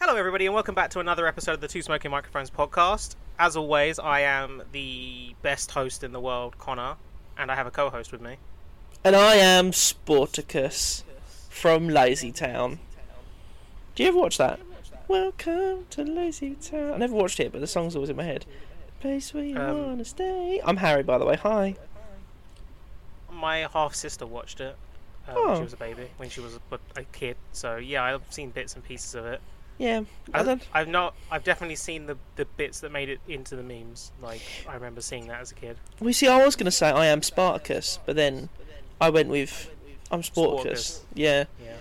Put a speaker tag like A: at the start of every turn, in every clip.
A: Hello, everybody, and welcome back to another episode of the Two Smoking Microphones podcast. As always, I am the best host in the world, Connor, and I have a co host with me.
B: And I am Sporticus from Lazy Town. Do you ever watch that? Welcome to Lazy Town. I never watched it, but the song's always in my head. Place where you
A: Um,
B: wanna stay. I'm Harry, by the way. Hi.
A: My half sister watched it uh, when she
B: Oh.
A: was a baby, when she was a- a kid, so yeah, I've seen bits and pieces of it.
B: Yeah, I
A: I've,
B: don't.
A: I've not. I've definitely seen the, the bits that made it into the memes. Like I remember seeing that as a kid.
B: We see. I was gonna say I am Spartacus, but then I went with I'm Sporticus.
A: Sporticus.
B: Yeah.
A: Yeah.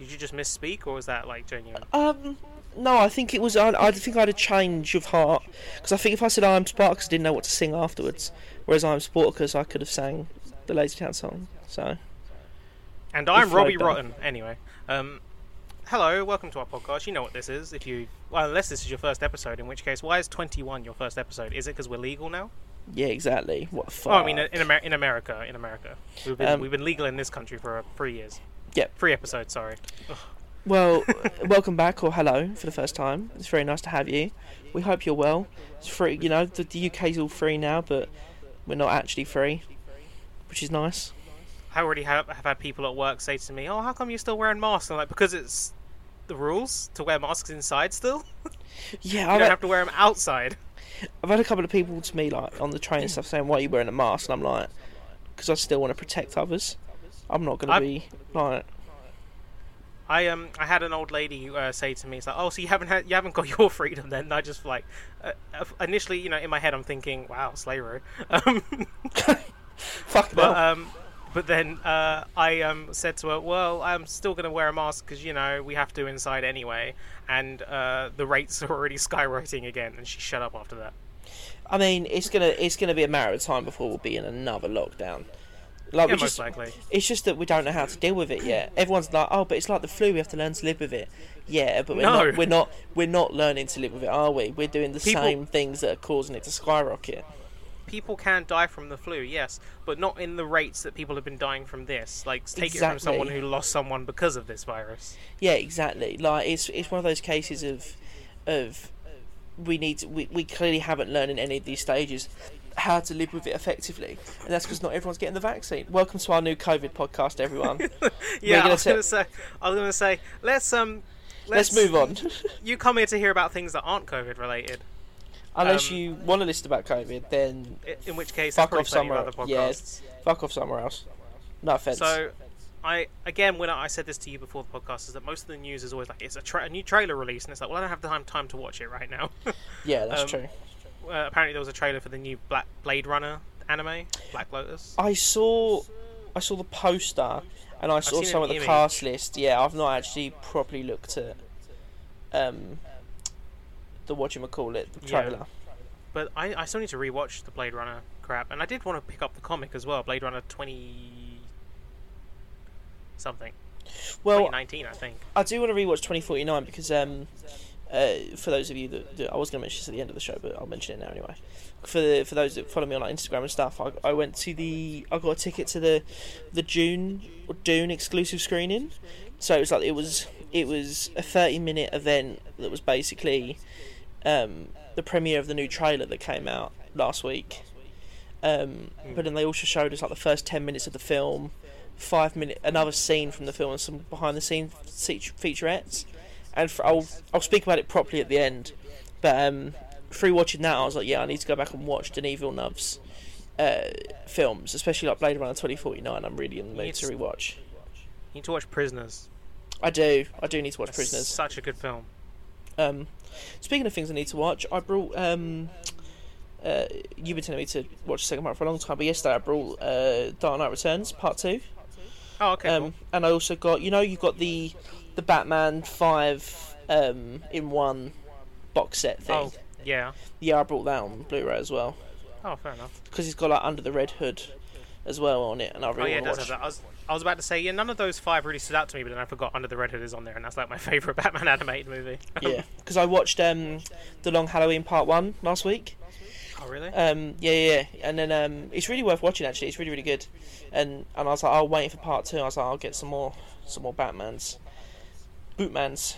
A: Did you just misspeak, or was that like genuine?
B: Um. No, I think it was. I, I think I had a change of heart because I think if I said I'm Spartacus, I didn't know what to sing afterwards. Whereas I'm Sportacus, I could have sang the Lazy Town song. So
A: And I'm
B: If I
A: Robbie
B: don't-
A: Rotten. Anyway, um, hello, welcome to our podcast. You know what this is, if you well, unless this is your first episode, in which case, why is 21 your first episode? Is it because we're legal now?
B: yeah, exactly. What the fuck?
A: Oh, I mean, in, Amer- in America, in America, we've been
B: Um,
A: we've been legal in this country for uh, three years.
B: Yep.
A: three episodes. Sorry.
B: Well, welcome back or hello for the first time. It's very nice to have you. We hope you're well. It's free, you know, the, the UK's all free now, but we're not actually free, which is nice.
A: I already have, have had people at work say to me, "Oh, how come you're still wearing masks?" And I'm like, because it's the rules to wear masks inside. Still, you
B: Yeah, I've
A: don't
B: had,
A: have to wear them outside.
B: I've had a couple of people to me like on the train and stuff saying, "Why are you wearing a mask?" And I'm like, "Because I still want to protect others. I'm not gonna
A: I-
B: be like."
A: I um I had an old lady uh, say to me, "It's like, oh, so you haven't had, you haven't got your freedom then?" And I just like, uh, uh, initially, you know, in my head, I'm thinking, "Wow, slavery," um,
B: Fuck
A: but
B: no.
A: um, but then uh, I um said to her, "Well, I'm still gonna wear a mask because you know we have to inside anyway, and uh, the rates are already skyrocketing again." And she shut up after that.
B: I mean, it's gonna it's gonna be a matter of time before we'll be in another lockdown. Like
A: Yeah, most
B: we just
A: likely.
B: It's just that we don't know how to deal with it yet. Everyone's like, "Oh, but it's like the flu. We have to learn to live with it." Yeah, but we're
A: No.
B: not. We're not. We're not learning to live with it, are we? We're doing the
A: People-
B: same things that are causing it to skyrocket.
A: People can die from the flu, yes, but not in the rates that people have been dying from this. Like, take it from someone
B: Exactly.
A: who lost someone because of this virus.
B: Yeah, exactly. Like it's it's one of those cases of of we need to, we we clearly haven't learned in any of these stages how to live with it effectively, and that's because not everyone's getting the vaccine. Welcome to our new COVID podcast, everyone.
A: Yeah, I
B: gonna
A: was
B: say-
A: gonna say. I was gonna say. Let's um.
B: Let's move on.
A: You come here to hear about things that aren't COVID related.
B: Unless
A: Um,
B: you want to listen about COVID, then
A: i- In which case,
B: Fuck
A: I've probably
B: off
A: plenty of
B: somewhere-
A: other podcasts.
B: yeah, it's- fuck off somewhere else. No offense.
A: So, I again, when I I said this to you before the podcast, is that most of the news is always like it's a, tra- a new trailer release, and it's like, well, I don't have the time time to watch it right now. uh,
B: yeah, that's
A: um,
B: true.
A: apparently, there was a trailer for the new Black Blade Runner anime, Black Lotus.
B: I saw, I saw the poster, and I saw
A: seen
B: some
A: an
B: of the
A: image.
B: cast list. Yeah, I've not actually properly looked at, um, the what you call it, the
A: Yeah.
B: trailer.
A: But I, I still need to rewatch the Blade Runner crap, and I did want to pick up the comic as well, Blade Runner twenty something,
B: Well,
A: twenty nineteen, I think.
B: I do want to rewatch 2049 because um, uh, for those of you that, that I was going to mention this at the end of the show, but I'll mention it now anyway. For the, for those that follow me on like, Instagram and stuff, I, I went to the I got a ticket to the the June or Dune exclusive screening. So it was like it was it was a 30 minute event that was basically um, the premiere of the new trailer that came out last week. Um, but then they also showed us like the first 10 minutes of the film five minute another scene from the film and some behind the scenes featurettes and for, I'll I'll speak about it properly at the end but um through watching that I was like yeah I need to go back and watch Denis Villeneuve's uh, films especially like Blade Runner 2049 I'm really in the mood
A: Yes.
B: to rewatch
A: You need to watch Prisoners.
B: I do I do need to watch Prisoners
A: Such a good film.
B: um speaking of things I need to watch I brought um uh, you've been telling me to watch the second part for a long time but yesterday I brought uh, Dark Knight Returns part 2
A: Oh, okay.
B: Um, and I also got you know you've got the the Batman five um, in one box set
A: cool.
B: thing.
A: Oh, yeah.
B: Yeah, I brought that on Blu-ray as well
A: Oh, fair enough.
B: because it's got like Under the Red Hood as well on it, and I
A: Oh,
B: really
A: yeah, it
B: want
A: does
B: to
A: have
B: watch.
A: that. I was, I was about to say, yeah, none of those five really stood out to me, but then I forgot Under the Red Hood is on there, and that's like my favorite Batman animated movie.
B: Yeah, because I watched um, the Long Halloween Part One last week.
A: oh, really?
B: Um, yeah, yeah, yeah, and then um, it's really worth watching. Actually, it's really, really good. And and I was like, I'll wait for part two. I was like, I'll get some more, some more Batman's, Bootman's.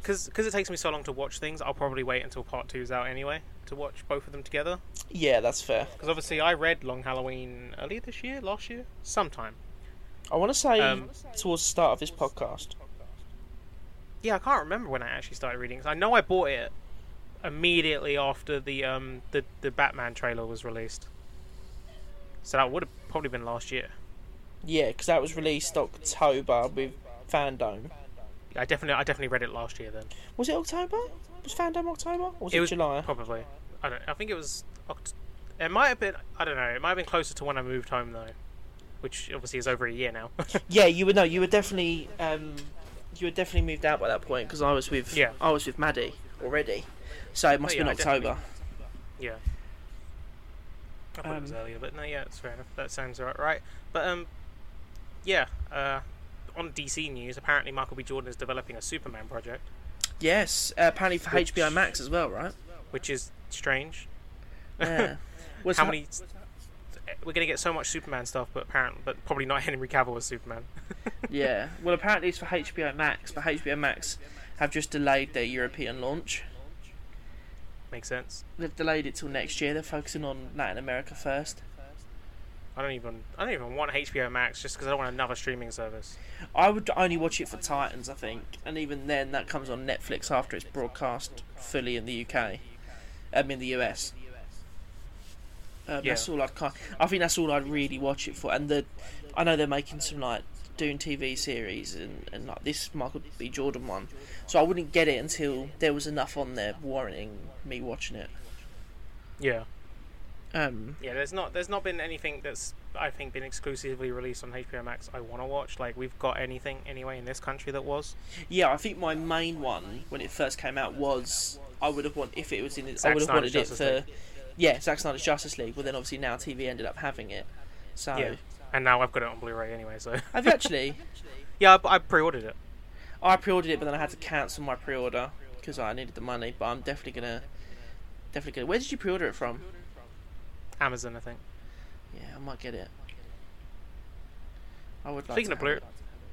A: because it takes me so long to watch things, I'll probably wait until part two's out anyway to watch both of them together.
B: Yeah, that's fair.
A: Because obviously, I read Long Halloween earlier this year, last year, sometime.
B: I want to say
A: Um,
B: towards the start of this podcast.
A: Yeah, I can't remember when I actually started reading. 'cause I know I bought it immediately after the um the the Batman trailer was released. So that would have probably been last year.
B: Yeah, because that was released October with Fandome.
A: I definitely I definitely read it last year then.
B: Was it October? Was Fandome October? Or was it,
A: was
B: July?
A: Probably. I don't. I think it was. Oct- it might have been. I don't know. It might have been closer to when I moved home though, which obviously is over a year now.
B: Yeah, you would know. You were definitely, um, you were definitely moved out by that point because I was with,
A: Yeah.
B: I was with Maddie already, so it must
A: Oh,
B: have
A: yeah,
B: been October.
A: yeah. I thought it was
B: Um,
A: earlier, but no, yeah, it's fair enough. That sounds right, right? But um, yeah. Uh, on DC news, apparently Michael B. Jordan is developing a Superman project,
B: Yes, uh, apparently for
A: Which-
B: HBO Max as well, right?
A: which is strange.
B: Yeah. Was
A: How
B: that-
A: many? eh, We're gonna get so much Superman stuff, but apparently, but probably not Henry Cavill as Superman.
B: Yeah. Well, apparently it's for HBO Max, but HBO Max have just delayed their European launch.
A: Makes sense.
B: They've delayed it till next year. They're focusing on Latin America first.
A: I don't even. I don't even want HBO Max just because I don't want another streaming service.
B: I would only watch it for Titans, I think, and even then, that comes on Netflix after it's broadcast fully in the UK, um, in the US. Um,
A: Yeah.
B: That's all I can. I think that's all I'd really watch it for. And the, I know they're making some like Dune TV series and and like this Michael B. Jordan one, so I wouldn't get it until there was enough on there warranting me watching it.
A: Yeah.
B: Um,
A: Yeah. There's not. There's not been anything that's I think been exclusively released on HBO Max. I want to watch. Like we've got anything anyway in this country that was.
B: yeah, I think my main one when it first came out was I would have wanted if it was in it, I
A: Zack
B: would have
A: Snyder's
B: wanted it
A: Justice
B: for.
A: League.
B: yeah, Zack Snyder's Justice League, but then obviously now TV ended up having it. So
A: Yeah. And now I've got it on Blu-ray anyway. So
B: have you actually?
A: yeah, I, I pre-ordered it.
B: I pre-ordered it, but then I had to cancel my pre-order because I needed the money. But I'm definitely gonna, definitely gonna. Where did you pre-order it from?
A: Amazon, I think.
B: Yeah, I might get it. I would like.
A: Speaking
B: to
A: of
B: have
A: Blu,
B: it.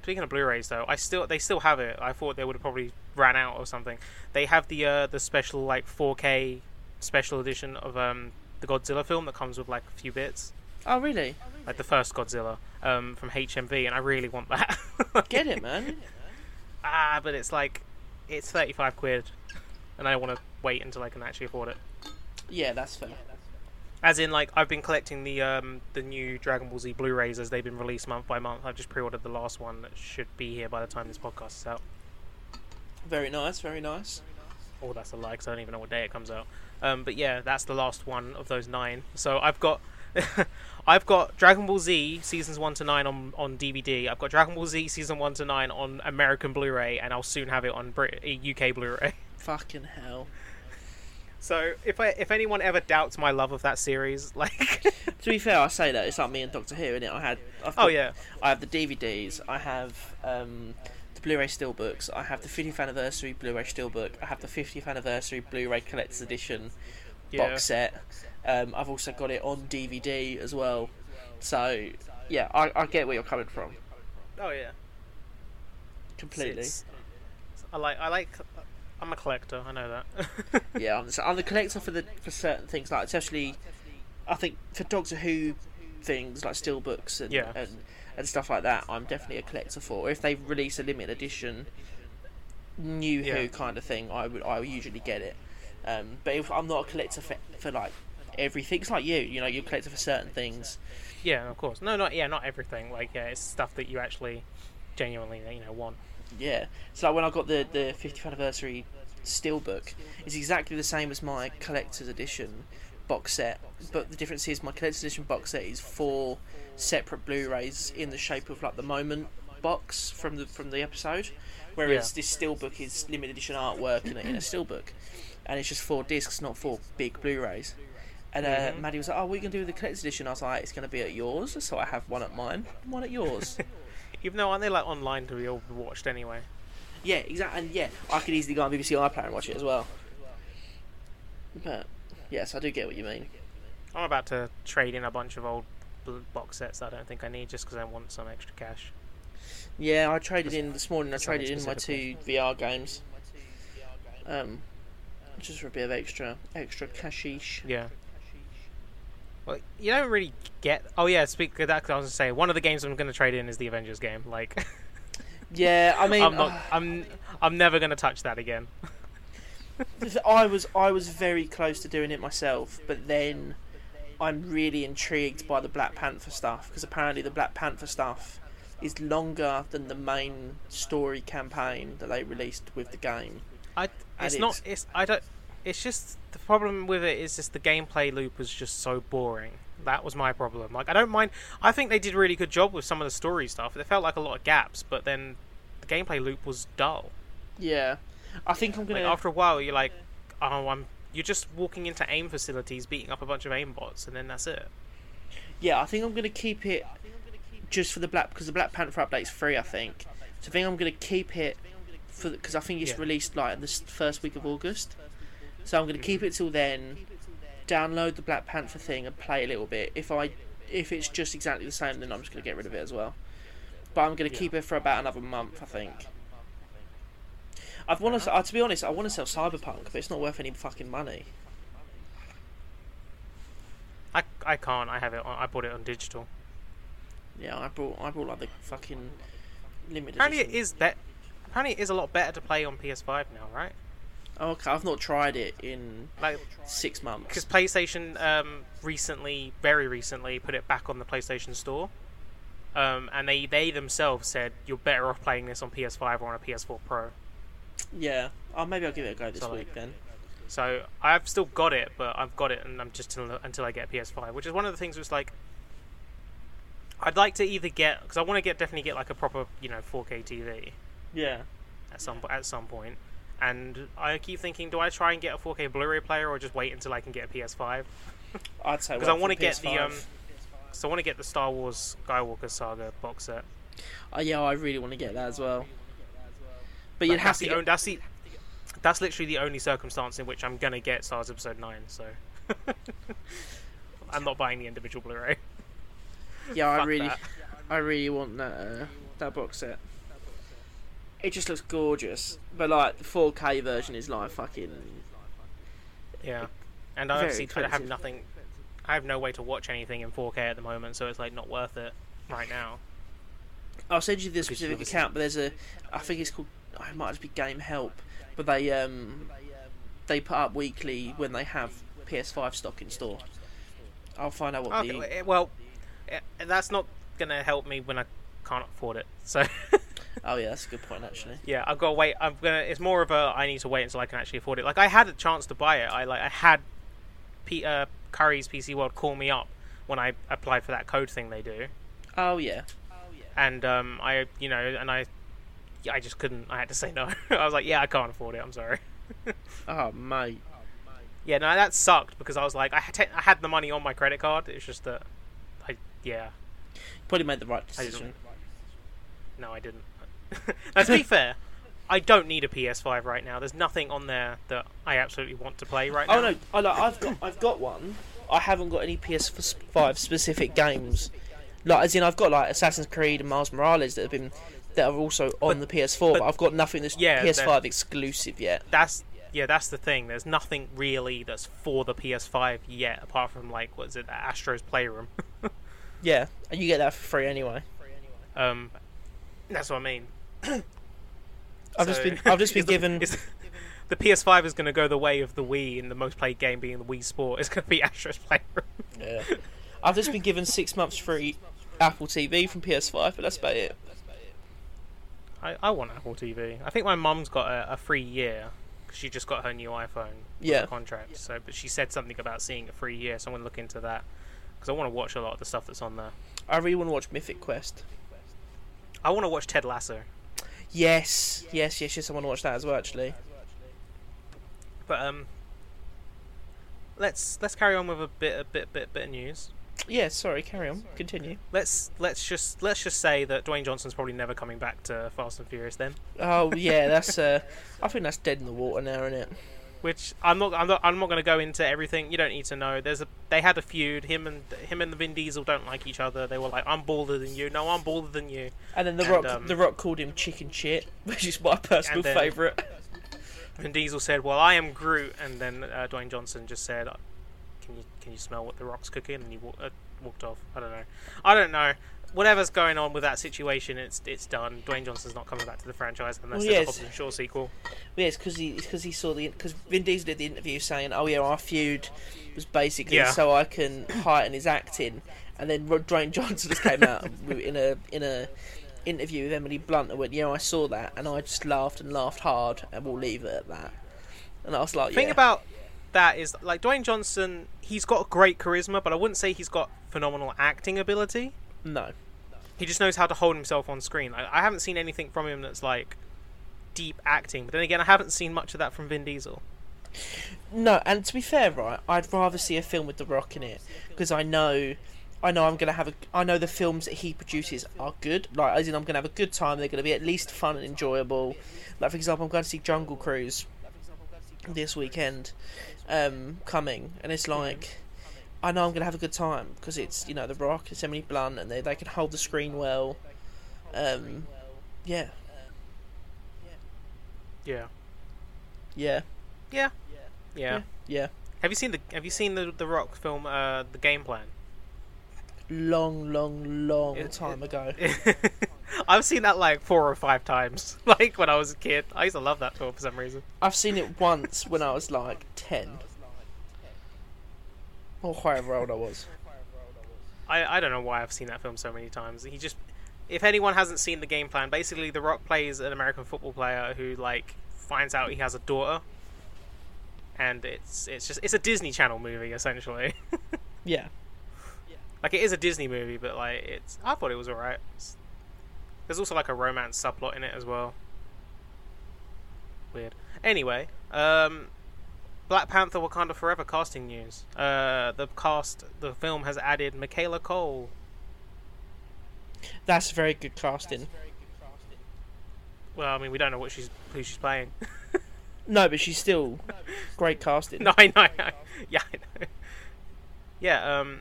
A: speaking of Blu-rays though, I still they still have it. I thought they would have probably ran out or something. They have the uh, the special like 4K special edition of um the Godzilla film that comes with like a few bits,
B: Oh really?
A: like the first Godzilla um from HMV, and I really want that.
B: Get it, man.
A: ah, but it's like it's 35 quid, and I want to wait until I can actually afford it.
B: yeah, that's fair.
A: As in, like I've been collecting the um the new Dragon Ball Z Blu-rays as they've been released month by month. I've just pre-ordered the last one that should be here by the time this podcast is out.
B: Very nice. Very nice.
A: Oh, that's a lie 'cause I don't even know what day it comes out. Um, but yeah, that's the last one of those nine. So I've got, I've got Dragon Ball Z seasons one to nine on on DVD. I've got Dragon Ball Z season one to nine on American Blu-ray, and I'll soon have it on Brit- UK Blu-ray.
B: Fucking hell.
A: So if I if anyone ever doubts my love of that series, like,
B: To be fair, I say that it's like me and Doctor Who, innit? I had. I've
A: oh
B: got-
A: yeah,
B: I have the DVDs. I have um, the Blu-ray steelbooks. I have the 50th anniversary Blu-ray steelbook. I have the 50th anniversary Blu-ray collector's edition
A: yeah,
B: box set. Um, I've also got it on DVD as well. So yeah, I, I get where you're coming from
A: oh yeah,
B: completely.
A: It's- I like I like. I'm a collector. I know that.
B: yeah, I'm, so I'm the collector for the for certain things, like especially I think for Doctor Who things like steelbooks and
A: Yeah.
B: and, and stuff like that. I'm definitely a collector for. Or if they release a limited edition new
A: Yeah.
B: Who kind of thing, I would I usually get it. Um, but if I'm not a collector for for like everything, it's like you, you know, you're a collector for certain things.
A: yeah, of course. No, not yeah, not everything. Like yeah, it's stuff that you actually genuinely you know want.
B: Yeah. So like when I got the the 50th anniversary steelbook, it's exactly the same as my collector's edition box set, but the difference is my collector's edition box set is four separate Blu-rays in the shape of like the moment box from the from the episode, whereas
A: Yeah.
B: this steelbook is limited edition artwork in a, in a steelbook, and it's just four discs, not four big Blu-rays. And uh,
A: Mhm.
B: Maddie was like, "Oh, what are you gonna do with the collector's edition?" I was like, "It's gonna be at yours, so I have one at mine, and one at yours."
A: Even though aren't they like online to be all watched anyway?
B: Yeah, exactly. And yeah, I could easily go on BBC iPlayer and watch it as well. But yes, I do get what you mean.
A: I'm about to trade in a bunch of old bl- box sets I don't think I need just because I want some extra cash.
B: Yeah, I traded in this morning. I
A: Something
B: traded in my two
A: specific.
B: VR games. um, just for a bit of extra extra cashish.
A: Yeah. Well, you don't really get. Oh yeah, speak of that. 'cause I was gonna say one of the games I'm gonna trade in is the Avengers game. Like,
B: Yeah, I mean,
A: I'm not.
B: ah,
A: I'm. I'm never gonna touch that again.
B: I was I was very close to doing it myself, but then I'm really intrigued by the Black Panther stuff because apparently the Black Panther stuff is longer than the main story campaign that they released with the game.
A: I.
B: And
A: It's not. It's. I don't. It's just the problem with it is just the gameplay loop was just so boring. That was my problem. Like I don't mind. I think they did a really good job with some of the story stuff. There felt like a lot of gaps, but then the gameplay loop was dull.
B: Yeah, I think I'm
A: Like
B: gonna.
A: after a while, you're like, oh, I'm. You're just walking into aim facilities, beating up a bunch of aim bots, and then that's it.
B: Yeah, I think I'm gonna keep it just for the black because the Black Panther update's free, I think. So I think I'm gonna keep it for because I think it's
A: Yeah.
B: released like the s- first week of August. So I'm gonna keep it till then. Download the Black Panther thing and play a little bit. If I if it's just exactly the same, then I'm just gonna get rid of it as well. But I'm gonna keep it for about another month, I think. I've
A: Uh-huh.
B: want to. Uh, to be honest, I want to sell Cyberpunk, but it's not worth any fucking money.
A: I, I can't. I have it. On, I bought it on digital.
B: Yeah, I brought I brought like the fucking limited.
A: Apparently, it
B: edition.
A: is that. Apparently, it is a lot better to play on PS5 now, right?
B: Oh, okay, I've not tried it in
A: Like,
B: six
A: because
B: months.
A: PlayStation um, recently, very recently, put it back on the PlayStation Store, um, and they they themselves said you're better off playing this on PS5 or on a PS4 Pro.
B: Yeah. Oh, maybe I'll give it a go this
A: Sorry.
B: week then.
A: So I've still got it, but I've got it, and I'm just till, until I get a PS5, which is one of the things. Was like, I'd like to either get because I want to get definitely get like a proper you know 4K TV.
B: Yeah.
A: at some at some point. And I keep thinking, do I try and get a 4K Blu-ray player or just wait until I can get a PS5?
B: I'd say
A: Because
B: wait
A: I
B: for
A: want to get the um,
B: PS5.
A: so I want to get the Star Wars Skywalker Saga box set.
B: Oh, yeah, I really want to get that as well. But
A: Like,
B: you'd have
A: that's
B: to.
A: the
B: Get...
A: only, that's the that's literally the only circumstance in which I'm gonna get Star Wars Episode Nine. So I'm not buying the individual Blu-ray.
B: Yeah, I
A: Fuck
B: really,
A: that.
B: I really want that uh, that box set. It just looks gorgeous, but like the 4K version is like fucking.
A: Yeah, and I
B: Very
A: obviously I have
B: expensive.
A: nothing. I have no way to watch anything in 4K at the moment, so it's like not worth it right now.
B: I'll send you the
A: you've
B: specific
A: obviously-
B: account, but there's a, I think it's called. Oh, it might just be Game Help, but they um, they put up weekly when they have PS5 stock in store. I'll find out what
A: Okay,
B: the.
A: w- well, eh, that's not gonna help me when I can't afford it. So
B: Oh yeah, that's a good point actually.
A: yeah, I've got to wait. I'm gonna. It's more of a I need to wait until I can actually afford it. Like I had a chance to buy it. I like I had P, uh, Curry's PC World call me up when I applied for that code thing they do,
B: Oh yeah,
A: and um, I you know and I I just couldn't. I had to say no. I was like, yeah, I can't afford it. I'm sorry.
B: oh mate.
A: Yeah, no, that sucked because I was like, I had, te- I had the money on my credit card. It's just that, I yeah,
B: Probably made the right
A: I didn't-
B: decision.
A: No, I didn't. now, to be fair, I don't need a PS5 right now. There's nothing on there that I absolutely want to play right
B: Oh
A: now.
B: no, I like, I've got I've got one. I haven't got any PS5 specific games. Like as in, I've got like Assassin's Creed and Miles Morales that have been that are also on the PS4, but,
A: but-
B: I've got nothing that's
A: Yeah,
B: PS5 exclusive yet.
A: That's yeah, that's the thing. There's nothing really that's for the PS5 yet, apart from like what is it, Astro's Playroom.
B: Yeah, and you get that for free anyway.
A: um, that's what I mean.
B: I've just
A: So-
B: been I've just been
A: is the-
B: given
A: is the PS5 is going to go the way of the Wii, and the most played game being the Wii Sport is going to be Astro's Playroom.
B: yeah. I've just been given six months free Apple TV from PS5, but that's about it.
A: I, I want Apple TV. I think my mum's got a, a free year because she just got her new iPhone.
B: Yeah,
A: contract. So, but she said something about seeing it for a year. So I'm gonna look into that because I want to watch a lot of the stuff that's on there.
B: I really want to watch Mythic Quest.
A: I want to watch Ted Lasso,
B: Yes, yes, yes, yes. I want to watch that as well. Actually,
A: but um, let's let's carry on with a bit a bit bit bit of news.
B: yeah. Sorry, carry on. Continue.
A: Let's let's just let's just say that Dwayne Johnson's probably never coming back to Fast and Furious then,
B: Oh yeah, that's uh, I think that's dead in the water now, isn't it?
A: which I'm not I'm not I'm not gonna go into everything. You don't need to know. There's a they had a feud. Him and him and the Vin Diesel don't like each other. They were like, I'm bolder than you. No, I'm bolder than you.
B: And then the
A: And,
B: Rock,
A: um,
B: the Rock called him chicken shit, which is my personal
A: and then-
B: favourite.
A: Vin Diesel said, "Well, I am Groot," and then uh, Dwayne Johnson just said, "Can you can you smell what the rock's cooking?" And he wa- uh, walked off. I don't know. I don't know. Whatever's going on with that situation, it's it's done. Dwayne Johnson's not coming back to the franchise unless
B: Well,
A: there's
B: yes.
A: a Hobbs and Shaw sequel.
B: Yeah, it's because he, because he saw the because Vin Diesel did the interview saying, "Oh yeah, our feud was basically
A: Yeah.
B: so I can heighten his acting," and then Rod- Dwayne Johnson just came out in a in a interview with Emily Blunt and went, "Yeah, I saw that," and I just laughed and laughed hard, and we'll leave it at that. And I was like,
A: The thing
B: yeah.
A: about that is like Dwayne Johnson, he's got great charisma, but I wouldn't say he's got phenomenal acting ability.
B: no,
A: He just knows how to hold himself on screen. I, I haven't seen anything from him that's like deep acting, but then again, I haven't seen much of that from Vin Diesel.
B: No, and to be fair, right, I'd rather see a film with The Rock in it because I know, I know I'm gonna have a, I know the films that he produces are good. Like, as in, I'm gonna have a good time. They're gonna be at least fun and enjoyable. Like, for example, I'm going to see Jungle Cruise this weekend, um, coming, and it's like, I know I'm gonna have a good time because it's you know The Rock, it's Emily Blunt, and they they can hold the screen well. Um, yeah,
A: Yeah.
B: yeah,
A: Yeah. Yeah.
B: yeah.
A: Have you seen the Have you seen the the Rock film, uh, The Game Plan?
B: Long, long, long
A: It-
B: time ago.
A: I've seen that like four or five times, like when I was a kid. I used to love that film for some reason.
B: I've seen it once when I was like 10. Or however old I was.
A: I, I don't know why I've seen that film so many times. He just, if anyone hasn't seen the game plan, basically The Rock plays an American football player who like finds out he has a daughter, and it's it's just it's a Disney Channel movie essentially.
B: Yeah.
A: like it is a Disney movie, but like it's I thought it was alright. It's- There's also like a romance subplot in it as well. Weird. Anyway, um, Black Panther: Wakanda Forever casting news. Uh, the cast, the film has added Michaela Cole
B: That's very good casting.
A: Well, I mean, we don't know what she's who she's playing.
B: No, but she's still great casting.
A: no, I know. I know. Yeah, I know. Yeah. Um.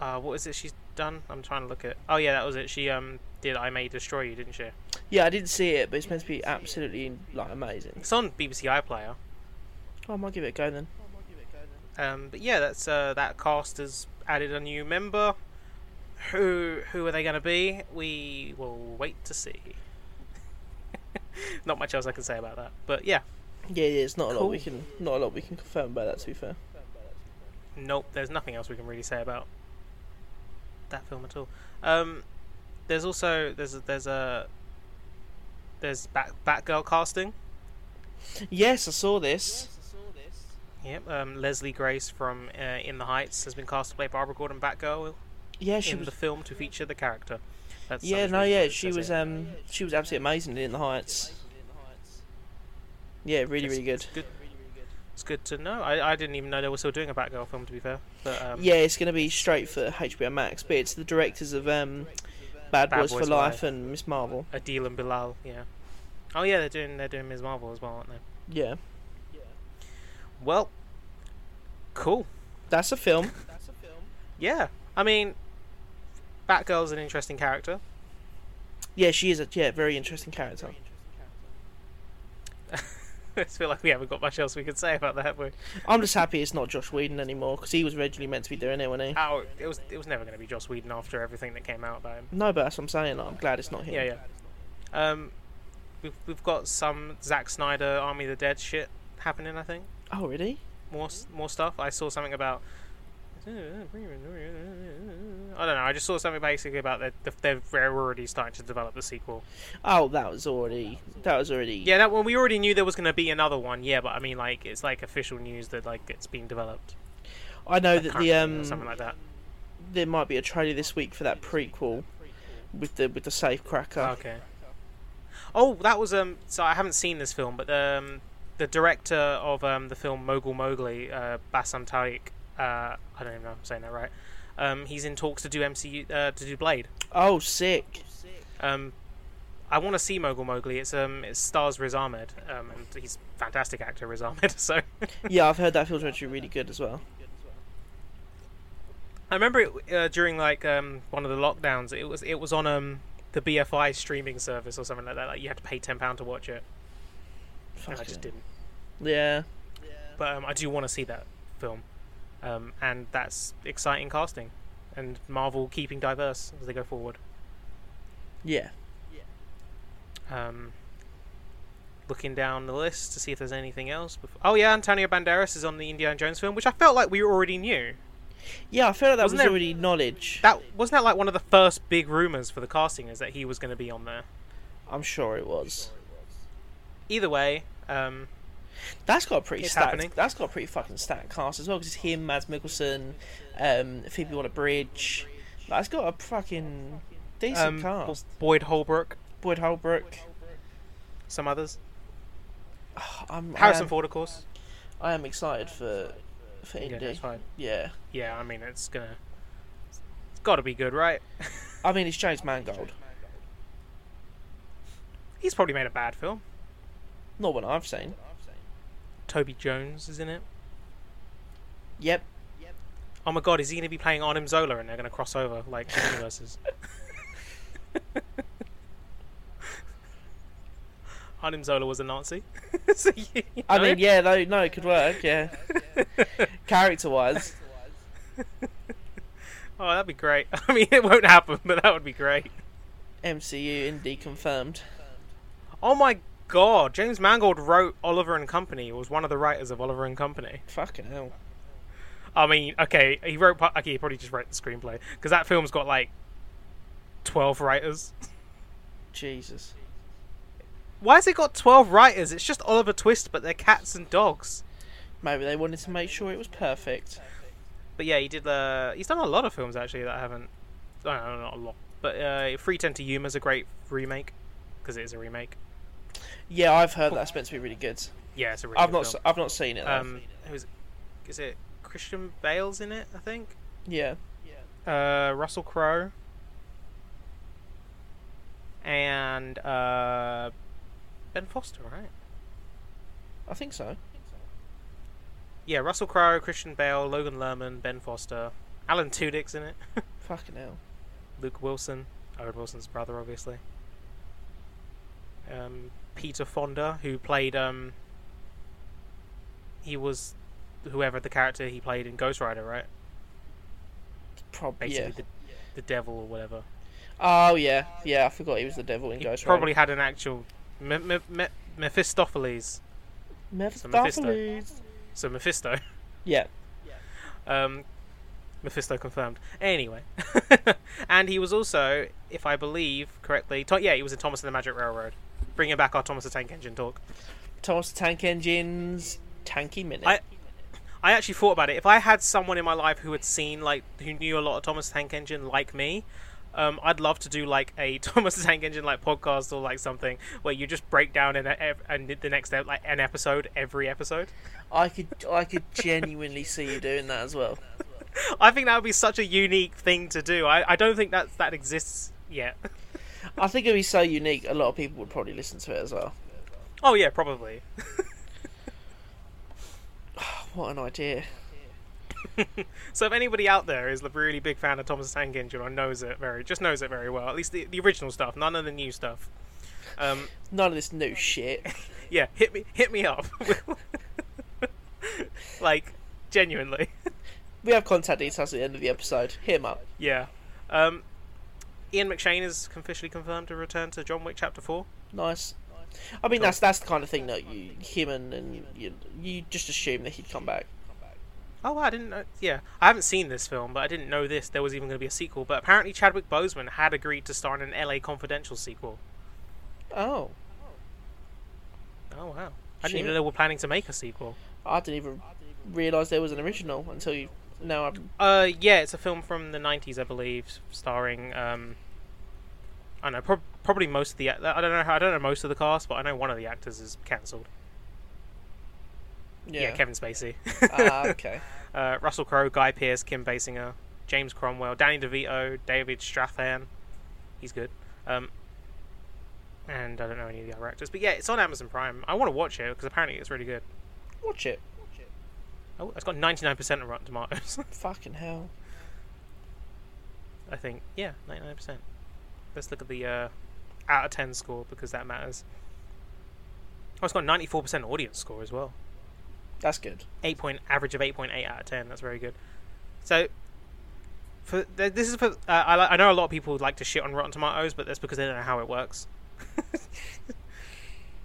A: Uh, what is it she's done? I'm trying to look at. Oh yeah, that was it. She um did I May Destroy You, didn't she?
B: Yeah, I didn't see it, but it's meant to be absolutely like amazing.
A: It's on BBC iPlayer.
B: Oh, I might give it a go then.
A: Um. But yeah, that's uh that cast has added a new member. Who who are they gonna be? We will wait to see. Not much else I can say about that. But yeah,
B: Yeah, yeah, it's not a lot we
A: Cool.
B: can not a lot we can confirm about that to be fair.
A: nope, there's nothing else we can really say about that film at all. Um, there's also there's a, there's a there's Bat Batgirl casting.
B: Yes, I saw this.
A: Yep, um, Leslie Grace from uh, In the Heights has been cast to play Barbara Gordon Batgirl
B: Yeah, she
A: in
B: was
A: the film to feature the character. That's
B: Yeah,
A: that's
B: no,
A: really
B: yeah,
A: what it
B: she
A: says
B: was
A: here.
B: um she was absolutely amazing in the heights. Yeah, really, really good.
A: It's good. It's good to know. I, I didn't even know they were still doing a Batgirl film. To be fair, but um,
B: Yeah, it's going to be straight for HBO Max, but it's the directors of um, Bad,
A: Bad
B: Boys,
A: Boys
B: for
A: for
B: Life
A: Life.
B: and Miss Marvel.
A: Adil and Bilal. Yeah. Oh yeah, they're doing they're doing Ms Marvel as well, aren't they?
B: Yeah,
A: Well, cool.
B: that's a film.
A: Yeah, I mean, Batgirl's an interesting character.
B: Yeah, she is a yeah very interesting character.
A: I just feel like we haven't got much else we could say about that. Have we?
B: I'm just happy it's not Josh Whedon anymore because he was originally meant to be doing it, wasn't he?
A: Oh, it was it was never going to be Joss Whedon after everything that came out about him.
B: No, but that's what I'm saying. like, I'm glad it's not him.
A: Yeah, yeah. Um, we've we've got some Zack Snyder Army of the Dead shit happening. I think
B: Oh, really?
A: more s- more stuff. I saw something about. I don't know. I just saw something basically about that they're, they're already starting to develop the sequel.
B: Oh, that was already that was already.
A: Yeah, that one we already knew there was going to be another one. Yeah, but I mean, like it's like official news that like it's being developed.
B: I know
A: I
B: that
A: can't
B: the
A: remember,
B: um
A: something like that.
B: there might be a trailer this week for that prequel with the with the safe cracker.
A: Okay. Oh, that was um. So I haven't seen this film, but um, the director of um the film Mogul Mowgli, uh, Bassam Tariq. Uh, I don't even know if I'm saying that right. Um, he's in talks to do MCU uh, to do Blade.
B: Oh, sick.
A: Um, I want to see Mogul Mowgli. It's um, it stars Riz Ahmed, um, and he's a fantastic actor Riz Ahmed. So
B: Yeah, I've heard that film's actually really good as well.
A: I remember it uh, during like um, one of the lockdowns. It was it was on um the BFI streaming service or something like that. Like you had to pay ten pound to watch it. and I just
B: Fucking-
A: didn't.
B: Yeah.
A: But um, I do want to see that film, um, and that's exciting casting, and Marvel keeping diverse as they go forward.
B: Yeah.
A: Um, looking down the list to see if there's anything else. Before... Oh yeah, Antonio Banderas is on the Indiana Jones film, which I felt like we already knew.
B: Yeah, I feel like that
A: Wasn't
B: was
A: there-
B: already knowledge.
A: That wasn't that like one of the first big rumors for the casting is that he was going to be on there.
B: I'm sure it was.
A: Either way, um,
B: That's got a pretty
A: It's
B: stacked.
A: happening.
B: That's got a pretty fucking stacked cast as well because it's him, Mads Mikkelsen, um, Phoebe Waller-Bridge. That's got a fucking
A: um,
B: decent cast.
A: Boyd Holbrook,
B: Boyd Holbrook,
A: some others,
B: I'm, I
A: Harrison
B: am,
A: Ford, of course.
B: I am excited for for
A: Yeah,
B: Indy.
A: that's fine.
B: Yeah,
A: Yeah, I mean it's gonna, it's got to be good, right?
B: I mean it's James Mangold.
A: He's probably made a bad film.
B: Not one I've seen.
A: Toby Jones is in it.
B: Yep.
A: Oh my god, is he going to be playing Arnim Zola and they're going to cross over like universes? Arnim Zola was a Nazi. so you, you
B: I
A: know?
B: mean, yeah, no, no, it could work. Yeah. Character-wise,
A: Oh, that'd be great. I mean, it won't happen, but that would be great.
B: MCU Indy confirmed.
A: Oh my god, James Mangold wrote Oliver and Company. Was one of the writers of Oliver and Company.
B: Fucking hell.
A: I mean, okay, he wrote. pa- Okay, he probably just wrote the screenplay because that film's got like twelve writers.
B: Jesus.
A: Why has it got twelve writers? It's just Oliver Twist, but they're cats and dogs.
B: Maybe they wanted to make sure it was perfect.
A: But yeah, he did the. He's done a lot of films actually that I haven't. I don't know, not a lot. But uh, Free Ten to Yuma is a great remake because it is a remake.
B: Yeah, I've heard that's meant to be really good.
A: Yeah, it's a. Really
B: I've
A: good
B: not,
A: Film.
B: s- I've not seen it. though.
A: Um, who's? Is it Christian Bale's in it? I think.
B: yeah,
A: Uh, Russell Crowe. And uh, Ben Foster, right?
B: I think so.
A: Yeah, Russell Crowe, Christian Bale, Logan Lerman, Ben Foster, Alan Tudyk's in it.
B: Fucking hell.
A: Luke Wilson, Owen Wilson's brother, obviously. Um, Peter Fonda, who played um, he was whoever the character he played in Ghost Rider, right?
B: Probably.
A: Basically,
B: Yeah.
A: the, the devil or whatever.
B: Oh yeah, yeah. I forgot he was the devil in
A: He
B: Ghost
A: probably had an actual me- me- me- Mephistopheles,
B: Rider.
A: so Mephisto.
B: Mephistopheles.
A: so Mephisto.
B: Yeah.
A: Um, Mephisto confirmed. Anyway, and he was also, if I believe correctly, to- yeah, he was in Thomas and the Magic Railroad. Bringing back our Thomas the Tank Engine talk.
B: Thomas the Tank Engine's Tanky Minute.
A: I- I actually thought about it. If I had someone in my life who had seen like who knew a lot of Thomas the Tank Engine like me, um, I'd love to do like a Thomas the Tank Engine like podcast or like something where you just break down in a, and the next ep- like an episode every episode.
B: I could, I could genuinely see you doing that as well.
A: I think that would be such a unique thing to do. I, I don't think that that exists yet.
B: I think it'd be so unique. A lot of people would probably listen to it as well.
A: Oh yeah, probably.
B: What an idea.
A: So if anybody out there is a really big fan of Thomas the Tank Engine or knows it very just knows it very well, at least the, the original stuff, none of the new stuff. Um,
B: None of this new shit.
A: yeah, hit me, hit me up. like, genuinely,
B: We have contact details at the end of the episode. Hit him up.
A: yeah. Um, Ian McShane is officially confirmed to return to John Wick Chapter Four.
B: Nice. I mean, that's that's the kind of thing that you, him and, and you, you just assume that he'd come back.
A: Oh, wow, I didn't know. Yeah, I haven't seen this film, but I didn't know this. There was even going to be a sequel. But apparently, Chadwick Boseman had agreed to star in an LA Confidential sequel.
B: Oh,
A: Oh wow, I didn't
B: Shit.
A: even know they were planning to make a sequel.
B: I didn't even realize there was an original until you. Now I'm.
A: Uh, yeah, it's a film from the '90s, I believe, starring um, I don't know, prob probably most of the. act- I don't know how I don't know most of the cast, but I know one of the actors is cancelled.
B: Yeah.
A: Yeah, Kevin Spacey,
B: Ah, okay.
A: uh, Russell Crowe, Guy Pearce, Kim Basinger, James Cromwell, Danny DeVito, David Strathairn. He's good. Um, and I don't know any of the other actors, but yeah, it's on Amazon Prime. I want to watch it because apparently it's really good.
B: Watch it.
A: Oh, it's got 99% of Rotten Tomatoes.
B: Fucking hell.
A: I think. Yeah, 99%. Let's look at the uh, out of 10 score because that matters. Oh, it's got 94% audience score as well.
B: That's good.
A: Eight point average of 8.8 out of 10. That's very good. So, for th- this is for uh, I, li- I know a lot of people like to shit on Rotten Tomatoes, but that's because they don't know how it works.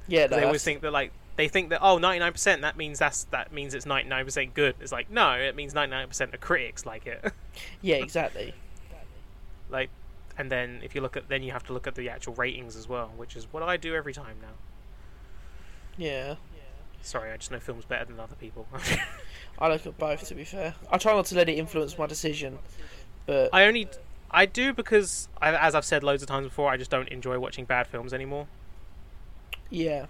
B: Yeah, no,
A: they always
B: that's-
A: think that like they think that oh 99% that means that's that means it's 99% good. It's like no, it means 99% of critics like it.
B: Yeah, exactly.
A: like and then if you look at then you have to look at the actual ratings as well, which is what I do every time now.
B: Yeah,
A: Sorry, I just know films better than other people.
B: I look at both. To be fair, I try not to let it influence my decision, but
A: I only I do because I, as I've said loads of times before, I just don't enjoy watching bad films anymore.
B: yeah,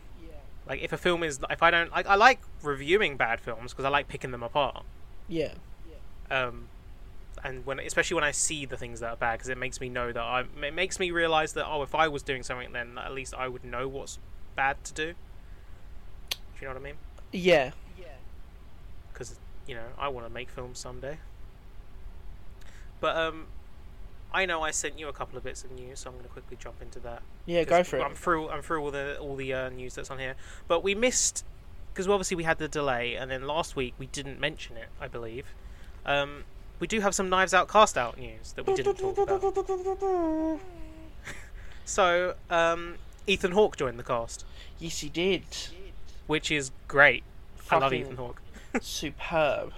A: Like if a film is if I don't like I like reviewing bad films because I like picking them apart.
B: yeah,
A: um, and when especially when I see the things that are bad, because it makes me know that I it makes me realize that oh, if I was doing something, then at least I would know what's bad to do. If you know what I mean?
B: yeah,
A: Because you know I want to make films someday. But um, I know I sent you a couple of bits of news, so I'm going to quickly jump into that.
B: yeah.
A: 'Cause
B: Go for it.
A: I'm through. I'm through all the all the uh, news that's on here. But we missed because obviously we had the delay, and then last week we didn't mention it. I believe. Um, we do have some Knives Out cast out news that we didn't talk about. So um, Ethan Hawke joined the cast,
B: Yes, he did.
A: which is great. I love
B: Fucking
A: Ethan Hawke.
B: Superb.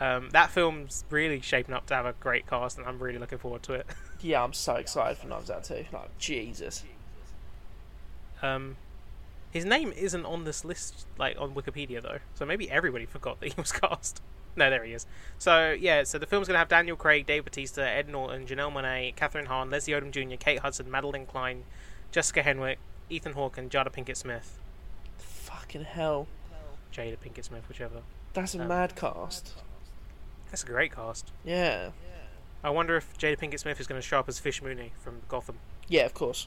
A: Um, that film's really shaping up to have a great cast, and I'm really looking forward to it.
B: Yeah, I'm so excited for Knives Out too. Like Jesus.
A: Um, his name isn't on this list, like on Wikipedia though, so maybe everybody forgot that he was cast. No, there he is. So yeah, so the film's gonna have Daniel Craig, Dave Bautista, Ed Norton, Janelle Monáe, Catherine Hahn, Leslie Odom Jr., Kate Hudson, Madeline Klein, Jessica Henwick, Ethan Hawke, and Jada Pinkett Smith.
B: Fucking hell.
A: Jada Pinkett Smith, whichever.
B: That's a
A: Um,
B: mad cast.
A: That's a great cast.
B: Yeah.
A: I wonder if Jada Pinkett Smith is gonna show up as Fish Mooney from Gotham.
B: Yeah, of course.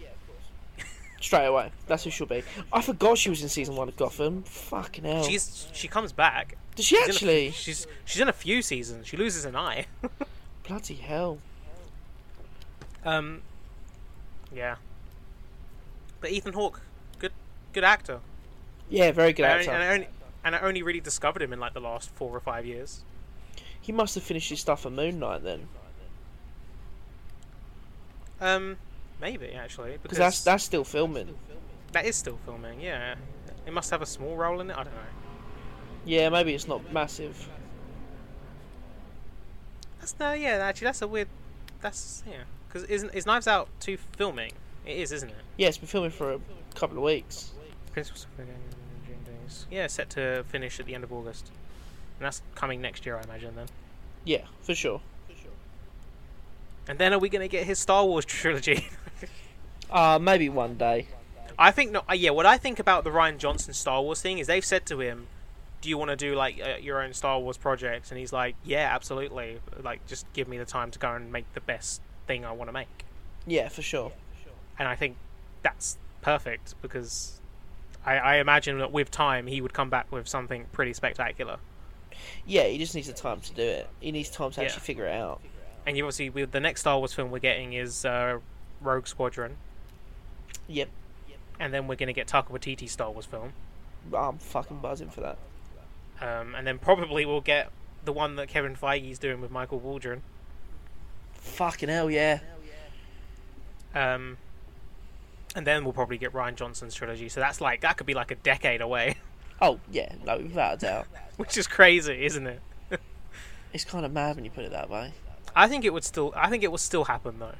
B: Straight away. That's who she'll be. I forgot she was in season one of Gotham. Fucking hell.
A: She's she comes back.
B: Does she
A: She's in a-
B: Oh. actually?
A: she's she's in a few seasons. She loses an eye.
B: Bloody hell.
A: Um, yeah. But Ethan Hawke, good, good actor.
B: Yeah, very good
A: And I-
B: actor.
A: And I, only, and I only really discovered him in like the last four or five years.
B: He must have finished his stuff for Moon Knight then,
A: Um, maybe actually because
B: because that's that's still filming.
A: that is still filming. Yeah, it must have a small role in it. I don't know.
B: Yeah, maybe it's not massive.
A: That's no, yeah. Actually, that's a weird. That's yeah. Because isn't is Knives Out two filming? It is, isn't it?
B: Yeah, it's been filming for a couple of weeks.
A: Principles of the Game in June days. Yeah, set to finish at the end of August, and that's coming next year, I imagine. Then,
B: Yeah, for sure.
A: and then are we gonna get his Star Wars trilogy?
B: Uh maybe one day.
A: I think no. uh, Yeah, what I think about the Ryan Johnson Star Wars thing is they've said to him, "Do you want to do like uh, your own Star Wars project?" And he's like, "Yeah, absolutely. Like, just give me the time to go and make the best thing I want to make."
B: Yeah, for sure.
A: And I think that's perfect because I, I imagine that with time he would come back with something pretty spectacular.
B: Yeah, he just needs the time to do it. He needs time to
A: Yeah.
B: actually figure it out.
A: And you obviously with the next Star Wars film we're getting is uh, Rogue Squadron,
B: Yep,
A: and then we're gonna get Taika Waititi's Star Wars film,
B: I'm fucking buzzing for that.
A: um, and then probably we'll get the one that Kevin Feige's doing with Michael Waldron.
B: Fucking hell, yeah.
A: Um, and then we'll probably get Ryan Johnson's trilogy. So that's like that could be like a decade away,
B: Oh yeah, no, without a doubt.
A: which is crazy, isn't it?
B: It's kind of mad when you put it that way.
A: I think it would still. I think it will still happen though.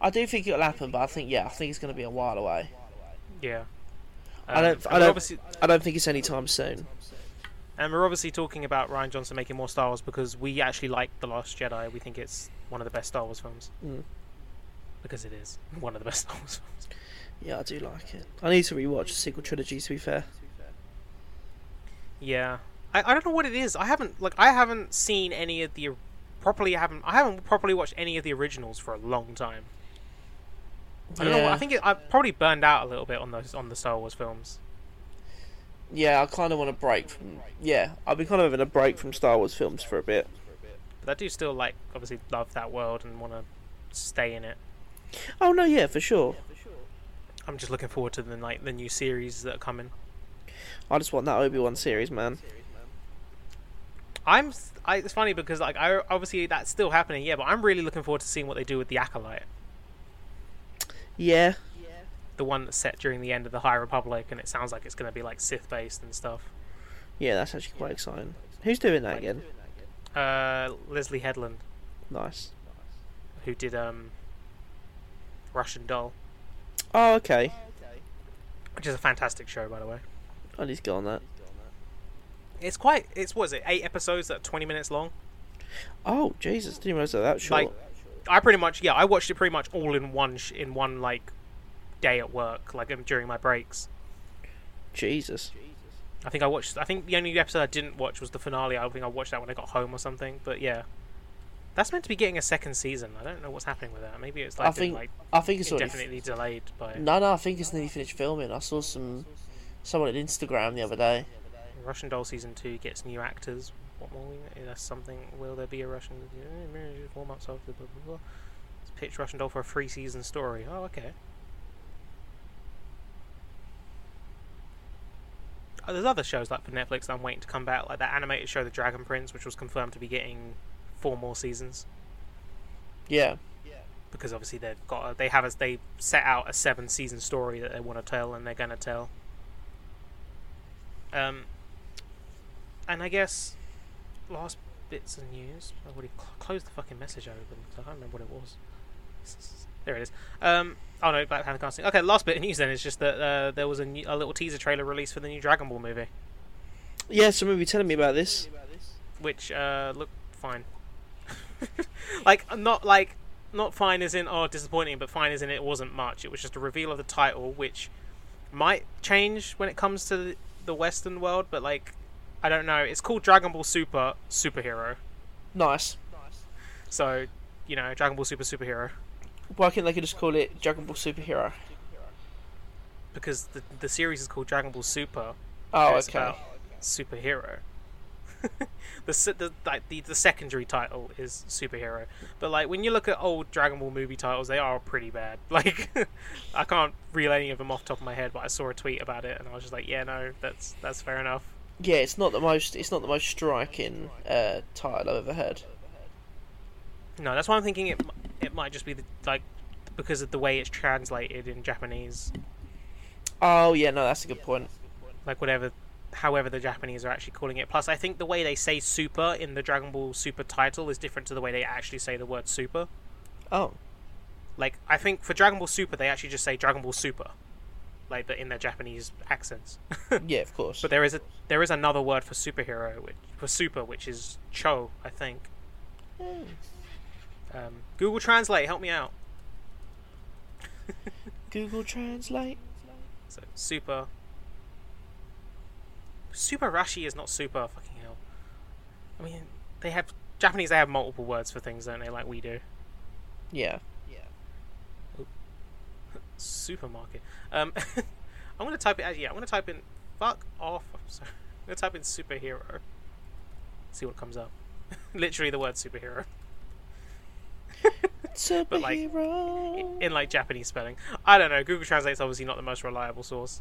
B: I do think it'll happen, but I think yeah, I think it's gonna be a while away.
A: Yeah.
B: I
A: Um,
B: don't,
A: and
B: I
A: we're
B: don't,
A: Obviously,
B: I don't think it's any time soon.
A: and we're obviously talking about Ryan Johnson making more Star Wars because we actually like The Last Jedi. We think it's one of the best Star Wars films.
B: Mm.
A: Because it is one of the best Star Wars films.
B: Yeah, I do like it. I need to rewatch the sequel trilogy. To be fair,
A: Yeah. I, I don't know what it is. I haven't like I haven't seen any of the properly. I haven't I haven't properly watched any of the originals for a long time. I don't know.
B: Yeah.
A: I think it, I probably burned out a little bit on those on the Star Wars films.
B: yeah, I kind of want a break from. Yeah, I've been kind of having a break from Star Wars films for a bit.
A: But I do still like obviously love that world and want to stay in it.
B: Oh no, yeah, for sure.
A: I'm just looking forward to the like the new series that are coming.
B: I just want that Obi Wan series, man.
A: I'm. s- I, it's funny because like I obviously that's still happening, yeah. But I'm really looking forward to seeing what they do with the acolyte,
B: Yeah,
A: the one that's set during the end of the High Republic, and it sounds like it's going to be like Sith based and stuff.
B: yeah, that's actually quite exciting. Who's doing that again?
A: Uh, Leslie Headland,
B: Nice.
A: who did um, Russian Doll,
B: Oh, okay.
A: which is a fantastic show by the way.
B: I need to go on that.
A: It's quite. It's what is it? Eight episodes that are 20 minutes long.
B: Oh, Jesus! Didn't realize they were that short.
A: Like, I pretty much yeah, I watched it pretty much all in one sh- in one like day at work, like um, during my breaks.
B: Jesus.
A: I think I watched. I think the only episode I didn't watch was the finale. I think I watched that when I got home or something. But yeah, that's meant to be getting a second season. I don't know what's happening with that. Maybe it's like
B: I think.
A: been, like
B: I think it's already.
A: indefinitely delayed by
B: No, no, I think it's nearly finished filming. I saw some someone on Instagram the other day.
A: Russian Doll season two gets new actors. What more? we- That's something. Will there be a Russian Eh, four months after? Blah blah blah. Let's pitch Russian Doll for a free season story. Oh okay. Oh, there's other shows like for Netflix that I'm waiting to come back, like that animated show The Dragon Prince, which was confirmed to be getting four more seasons
B: Yeah,
A: because obviously they've got a, they have as they set out a seven season story that they want to tell and they're going to tell. Um, and I guess last bits of news. I already cl- closed the fucking message I opened. 'cause I can't remember what it was. S- s- There it is. Um, oh no, Black Panther casting. Okay, last bit of news then is just that uh, there was a, new, a little teaser trailer released for the new Dragon Ball movie,
B: yeah. Someone be telling me about this.
A: which uh, looked fine. like not like not fine as in oh disappointing, but fine as in it wasn't much. It was just a reveal of the title, which might change when it comes to the- the Western world, but like I don't know. It's called Dragon Ball Super Superhero,
B: Nice.
A: so you know Dragon Ball Super Superhero
B: Why can't they just call it Dragon Ball Superhero?
A: because the the series is called Dragon Ball Super.
B: Oh,
A: it's
B: okay.
A: about superhero. the, se- the like the, the secondary title is superhero, but like when you look at old Dragon Ball movie titles, they are pretty bad. Like I can't reel any of them off the top of my head, but I saw a tweet about it and I was just like, yeah, no, that's that's fair enough.
B: Yeah, it's not the most. It's not the most striking uh, title I've ever heard.
A: No, that's why I'm thinking it m- it might just be the, like because of the way it's translated in Japanese,
B: Oh yeah, no, that's a good point.
A: like whatever. However, the Japanese are actually calling it. Plus, I think the way they say "super" in the Dragon Ball Super title is different to the way they actually say the word "super."
B: Oh,
A: Like I think for Dragon Ball Super, they actually just say Dragon Ball Super, like the, in their Japanese accents. but
B: yeah, of course.
A: there is a there is another word for superhero, which, for super, which is Cho, I think. Um, Google Translate, help me out.
B: Google Translate.
A: So super. Super Rashi is not super. Fucking hell. I mean, they have Japanese. They have multiple words for things, don't they? Like we do.
B: Yeah.
A: supermarket. Um, I'm gonna type it. out- Yeah, I'm gonna type in "fuck off." I'm sorry. I'm gonna type in superhero. See what comes up. Literally the word superhero
B: Superhero.
A: like, in like Japanese spelling. I don't know. Google Translate's obviously not the most reliable source.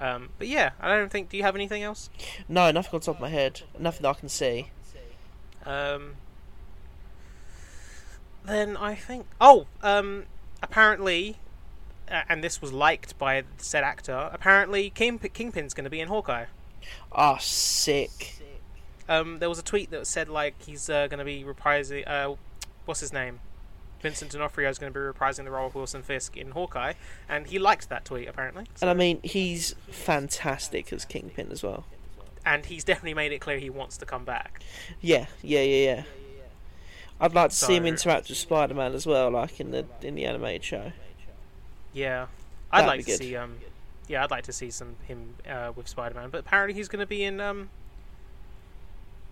A: Um, but yeah, I don't think. Do you have anything else?
B: No, nothing on top of my head. Nothing that I can see.
A: Um, then I think. Oh, um, apparently, uh, and this was liked by said actor. Apparently, King, Kingpin's going to be in Hawkeye.
B: Ah, sick.
A: um, there was a tweet that said like he's uh, going to be reprising. Uh, what's his name? Vincent D'Onofrio is going to be reprising the role of Wilson Fisk in Hawkeye, and he liked that tweet apparently.
B: And I mean, he's fantastic as Kingpin as well.
A: And he's definitely made it clear he wants to come back.
B: Yeah, yeah, yeah, yeah. I'd like to see him
A: So-
B: interact with Spider-Man as well, like in the in the animated show.
A: Yeah, I'd
B: That'd
A: like
B: be
A: to
B: good.
A: see. Um, yeah, I'd like to see some him uh, with Spider-Man, but apparently he's going to be in um,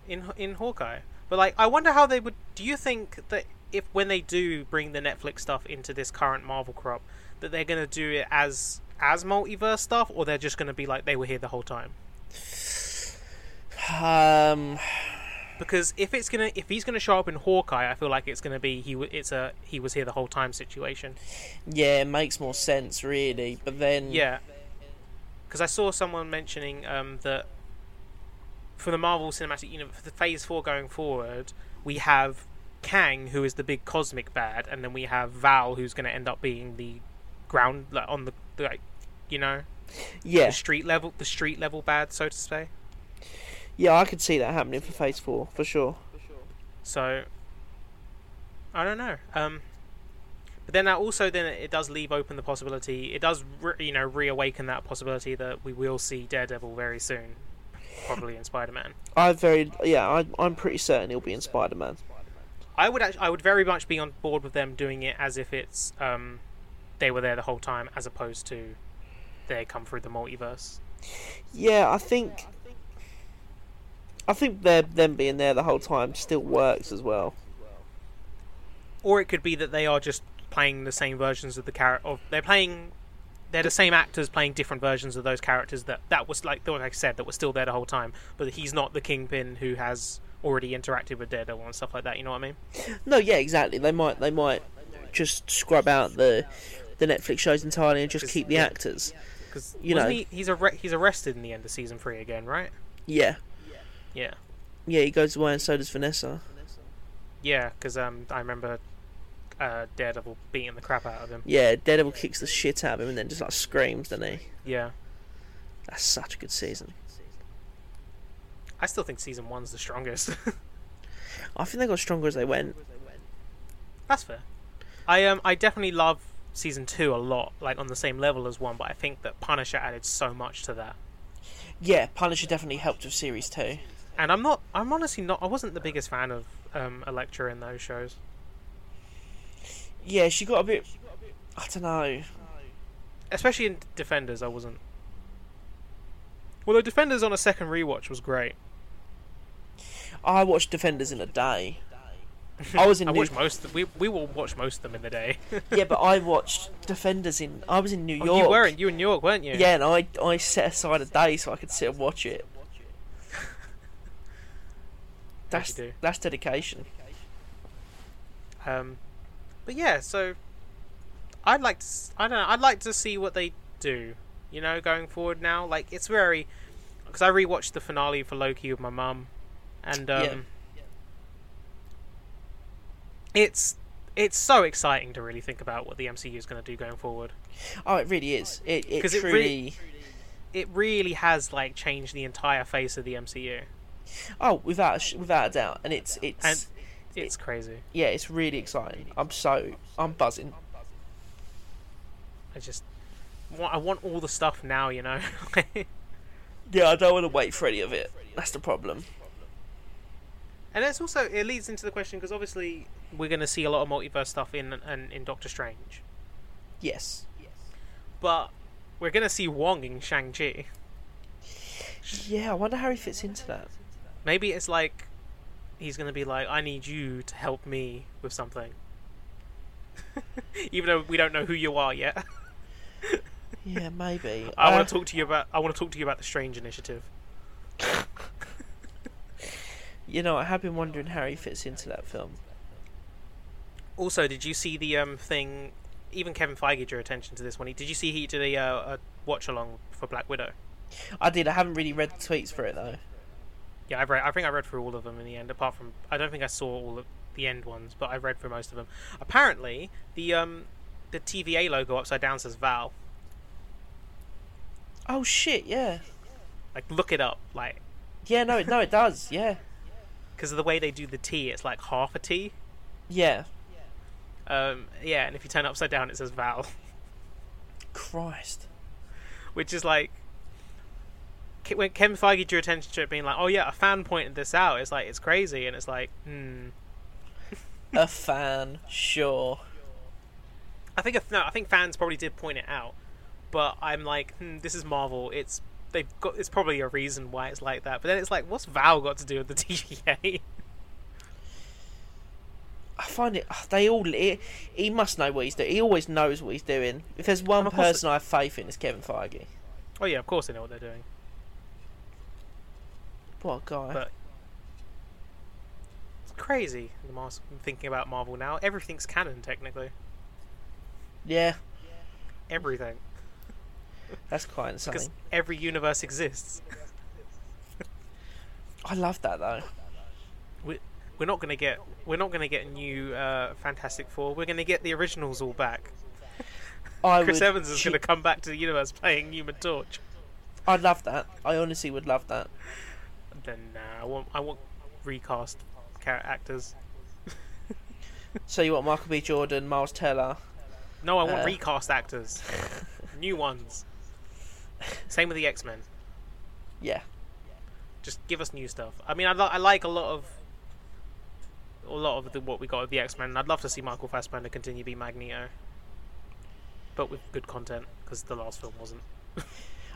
A: in in Hawkeye. But like, I wonder how they would. Do you think that if when they do bring the Netflix stuff into this current Marvel crop, that they're going to do it as as multiverse stuff, or they're just going to be like they were here the whole time?
B: Um,
A: because if it's gonna if he's gonna show up in Hawkeye, I feel like it's gonna be he w- it's a he was here the whole time situation.
B: Yeah, it makes more sense really. But then
A: Yeah, because I saw someone mentioning um, that for the Marvel Cinematic Universe, for the Phase Four going forward, we have Kang, who is the big cosmic bad, and then we have Val, who's going to end up being the ground like, on the, the like, you know
B: yeah,
A: the street level the street level bad, so to say.
B: yeah, I could see that happening for Phase Four for sure.
A: So I don't know. Um, but then that also then it does leave open the possibility. It does re- you know reawaken that possibility that we will see Daredevil very soon, probably in Spider Man.
B: I very yeah, I, I'm pretty certain he'll be in Spider Man.
A: I would actually, I would very much be on board with them doing it as if it's um, they were there the whole time, as opposed to they come through the multiverse.
B: Yeah, I think I think their them being there the whole time still works as well.
A: Or it could be that they are just playing the same versions of the character. Of they're playing, they're the same actors playing different versions of those characters that that was like like I said that were still there the whole time, but he's not the kingpin who has already interacted with Daredevil and stuff like that. You know what I mean?
B: No, yeah, exactly. They might they might just scrub out the the Netflix shows entirely and just keep the actors.
A: Because
B: You know.
A: he, he's arre- he's arrested in the end of season three again, right?
B: Yeah,
A: Yeah.
B: yeah. He goes away, and so does Vanessa.
A: Yeah, because um, I remember uh, Daredevil beating the crap out of him.
B: Yeah, Daredevil kicks the shit out of him and then just like screams, doesn't he?
A: Yeah,
B: That's such a good season.
A: I still think season one's the strongest.
B: I think they got stronger as they went.
A: That's fair. I um, I definitely love season two a lot, like on the same level as one. But I think that Punisher added so much to that.
B: Yeah, Punisher definitely helped with series two.
A: And I'm not, I'm honestly not, I wasn't the biggest fan of um, Elektra in those shows.
B: Yeah, she got a bit. I don't know.
A: especially in Defenders, I wasn't. Although Defenders on a second rewatch was great.
B: I watched Defenders in a day. I was in
A: I
B: New
A: watched most. Of, we we will watch most of them in the day.
B: yeah, but I watched Defenders in. I was in New York.
A: Oh, you were in you in New York, weren't you?
B: Yeah, and I I set aside a day so I could sit and watch it. That's
A: do.
B: that's dedication.
A: Um, but yeah, so I'd like to. s- I don't know. I'd like to see what they do. You know, going forward now, like it's very because I rewatched the finale for Loki with my mum, and um,
B: Yeah.
A: it's it's so exciting to really think about what the MCU is going to do going forward.
B: Oh, it really is. It it
A: 'Cause it
B: truly.
A: really- It really has like changed the entire face of the MCU.
B: Oh, without a sh- without a doubt, and it's it's
A: And- It's crazy.
B: yeah, it's really exciting. I'm so I'm buzzing.
A: I just wa- I want all the stuff now. You know.
B: Yeah, I don't want to wait for any of it. That's the problem.
A: And it's also it leads into the question because obviously we're going to see a lot of multiverse stuff in in, in Doctor Strange,
B: Yes.
A: but we're going to see Wong in Shang Chi.
B: Yeah, I wonder how he fits into that.
A: Maybe it's like he's going to be like, "I need you to help me with something," even though we don't know who you are yet.
B: Yeah, maybe.
A: I
B: Uh,
A: want to talk to you about I want to talk to you about the Strange Initiative.
B: You know, I have been wondering how he fits into that film.
A: Also, did you see the um thing? Even Kevin Feige drew attention to this one. He- Did you see he did a, uh, a watch along for Black Widow?
B: I did. I haven't really read the tweets for it though.
A: Yeah, I've read. I think I read through all of them in the end. Apart from, I don't think I saw all of the end ones, but I read through most of them. Apparently, the um, the TVA logo upside down says Val.
B: Oh shit! Yeah.
A: Like, look it up. Like,
B: Yeah. No. No. It does. Yeah.
A: because of the way they do the T, it's like half a T.
B: Yeah.
A: Um, yeah, and if you turn it upside down, it says Val,
B: Christ.
A: which is like. Ke- When Ken Feige drew attention to it, being like, "Oh yeah, a fan pointed this out," it's like it's crazy, and it's like, hmm.
B: A fan. Sure.
A: I think if, no, I think fans probably did point it out, but I'm like, hmm, this is Marvel. It's they've got. It's probably a reason why it's like that. But then it's like, what's Val got to do with the TVA?
B: I find it. ugh, They all. He, he must know what he's doing. He always knows what he's doing. If there's one
A: of course-
B: person I have faith in, it's Kevin Feige.
A: oh yeah, of course they know what they're doing.
B: What a guy.
A: But- crazy. The Mars- thinking about Marvel now, everything's canon technically.
B: Yeah,
A: Everything,
B: that's quite
A: because
B: insane.
A: every universe exists.
B: I love that though.
A: We're not gonna get we're not gonna get new uh, Fantastic Four. We're gonna get the originals all back.
B: I
A: Chris
B: would
A: Evans is
B: che-
A: gonna come back to the universe playing Human Torch.
B: I'd love that. I honestly would love that.
A: Then nah, I want I want recast character actors.
B: So you want Michael B. Jordan, Miles Teller?
A: No, I want
B: Uh.
A: recast actors, new ones. Same with the X Men.
B: Yeah,
A: Just give us new stuff. I mean, I, li- I like a lot of a lot of the, what we got with the X Men. I'd love to see Michael Fassbender continue to be Magneto, but with good content because the last film wasn't.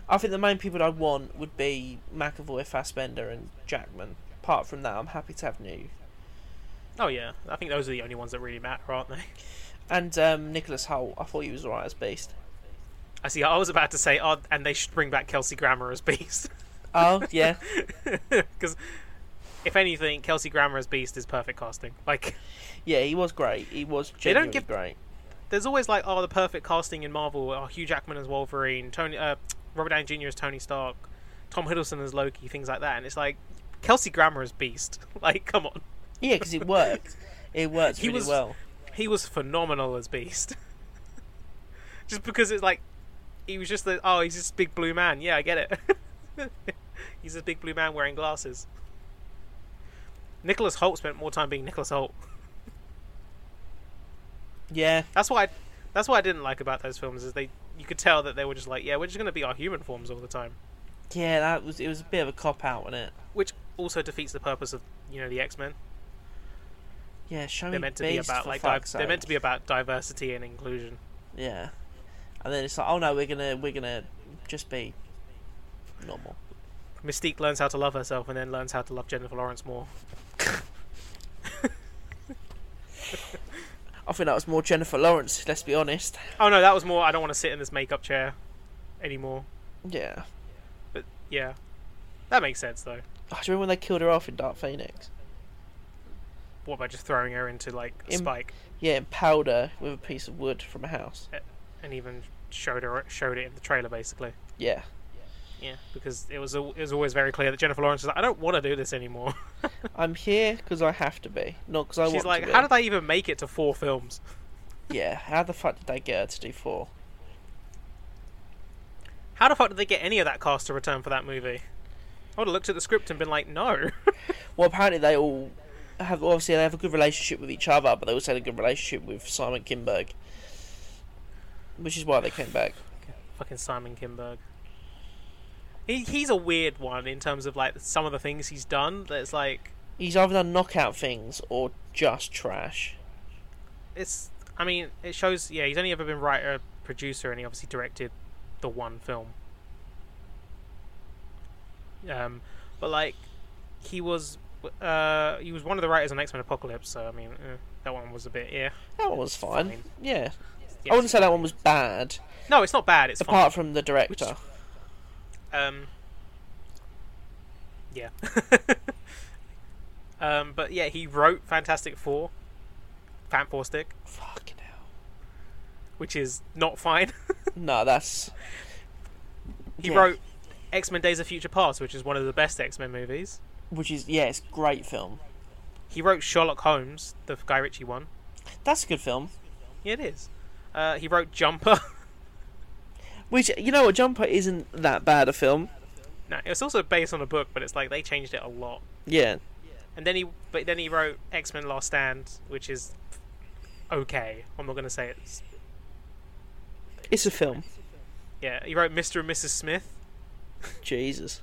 B: I think the main people I'd want would be McAvoy, Fassbender, and Jackman. Apart from that, I'm happy to have new
A: Oh yeah, I think those are the only ones that really matter, aren't they?
B: and um, Nicholas Holt. I thought he was alright as Beast.
A: I see. I was about to say, oh, and they should bring back Kelsey Grammer as Beast.
B: Oh yeah,
A: Because if anything, Kelsey Grammer as Beast is perfect casting. Like,
B: yeah, he was great. He was
A: They don't
B: genuinely
A: give-
B: great.
A: there's always like, oh, the perfect casting in Marvel are Hugh Jackman as Wolverine, Tony, uh, Robert Downey Jr. as Tony Stark, Tom Hiddleston as Loki, things like that. And it's like Kelsey Grammer as Beast. like, come on,
B: Yeah, because it worked. It worked
A: He
B: really
A: was-
B: well.
A: he was phenomenal as Beast. just because it's like he was just the oh, he's this big blue man. Yeah, I get it. he's a big blue man wearing glasses. Nicholas Holt spent more time being Nicholas Holt.
B: Yeah,
A: That's why. That's what I didn't like about those films is they. You could tell that they were just like, yeah, we're just going to be our human forms all the time,
B: yeah, that was it. Was a bit of a cop out, wasn't it?
A: which also defeats the purpose of you know the X Men.
B: Yeah, show
A: They're
B: me
A: meant to be
B: Beast
A: about
B: for
A: like di-
B: fuck's
A: they're meant to
B: sake.
A: be about diversity and inclusion.
B: Yeah, and then it's like, oh no, we're gonna we're gonna just be normal.
A: Mystique learns how to love herself and then learns how to love Jennifer Lawrence more.
B: I think that was more Jennifer Lawrence. Let's be honest.
A: Oh no, that was more. I don't want to sit in this makeup chair anymore.
B: Yeah.
A: But yeah, that makes sense though.
B: Oh, do you remember when they killed her off in Dark Phoenix?
A: What about just throwing her into like a
B: Im-
A: Spike
B: Yeah, and powder with a piece of wood from a house.
A: and even showed her showed it in the trailer basically.
B: Yeah.
A: Yeah, because it was al- it was always very clear that Jennifer Lawrence was like, I don't want to do this anymore.
B: I'm here because I have to be, not because I
A: She's
B: want
A: like,
B: to be.
A: how did I even make it to four films?
B: Yeah, how the fuck did they get her to do four?
A: How the fuck did they get any of that cast to return for that movie? I would have looked at the script and been like, no.
B: Well, apparently they all have obviously they have a good relationship with each other, but they also had a good relationship with Simon Kinberg, which is why they came back.
A: Fucking Simon Kinberg. He, he's a weird one in terms of like some of the things he's done. That's like
B: He's either done knockout things or just trash.
A: it's. I mean, it shows. Yeah, he's only ever been writer, producer, and he obviously directed the one film. Um, but like, he was. Uh, he was one of the writers on X Men Apocalypse. So I mean, eh, that one was a bit. Yeah.
B: That one was fine.
A: Fine.
B: Yeah.
A: Yeah.
B: I wouldn't say that one was bad,
A: No, it's not bad. It's fine.
B: apart from the director.
A: Um, yeah. um, but yeah, he wrote Fantastic Four, Fan Four Stick,
B: Fucking hell.
A: which is not fine.
B: No, that's.
A: he
B: Yeah.
A: wrote X Men Days of Future Past, which is one of the best X Men movies.
B: Which is, yeah, it's a great film.
A: He wrote Sherlock Holmes, the Guy Ritchie one.
B: That's a good film.
A: Yeah, it is. Uh, he wrote Jumper.
B: Which, you know what, Jumper isn't that bad a film.
A: no, it's also based on a book, but it's like they changed it a lot.
B: Yeah.
A: And then he, but then he wrote X Men Last Stand, which is okay. I'm not gonna say it's
B: It's a film.
A: yeah. He wrote Mr. and Mrs. Smith.
B: Jesus.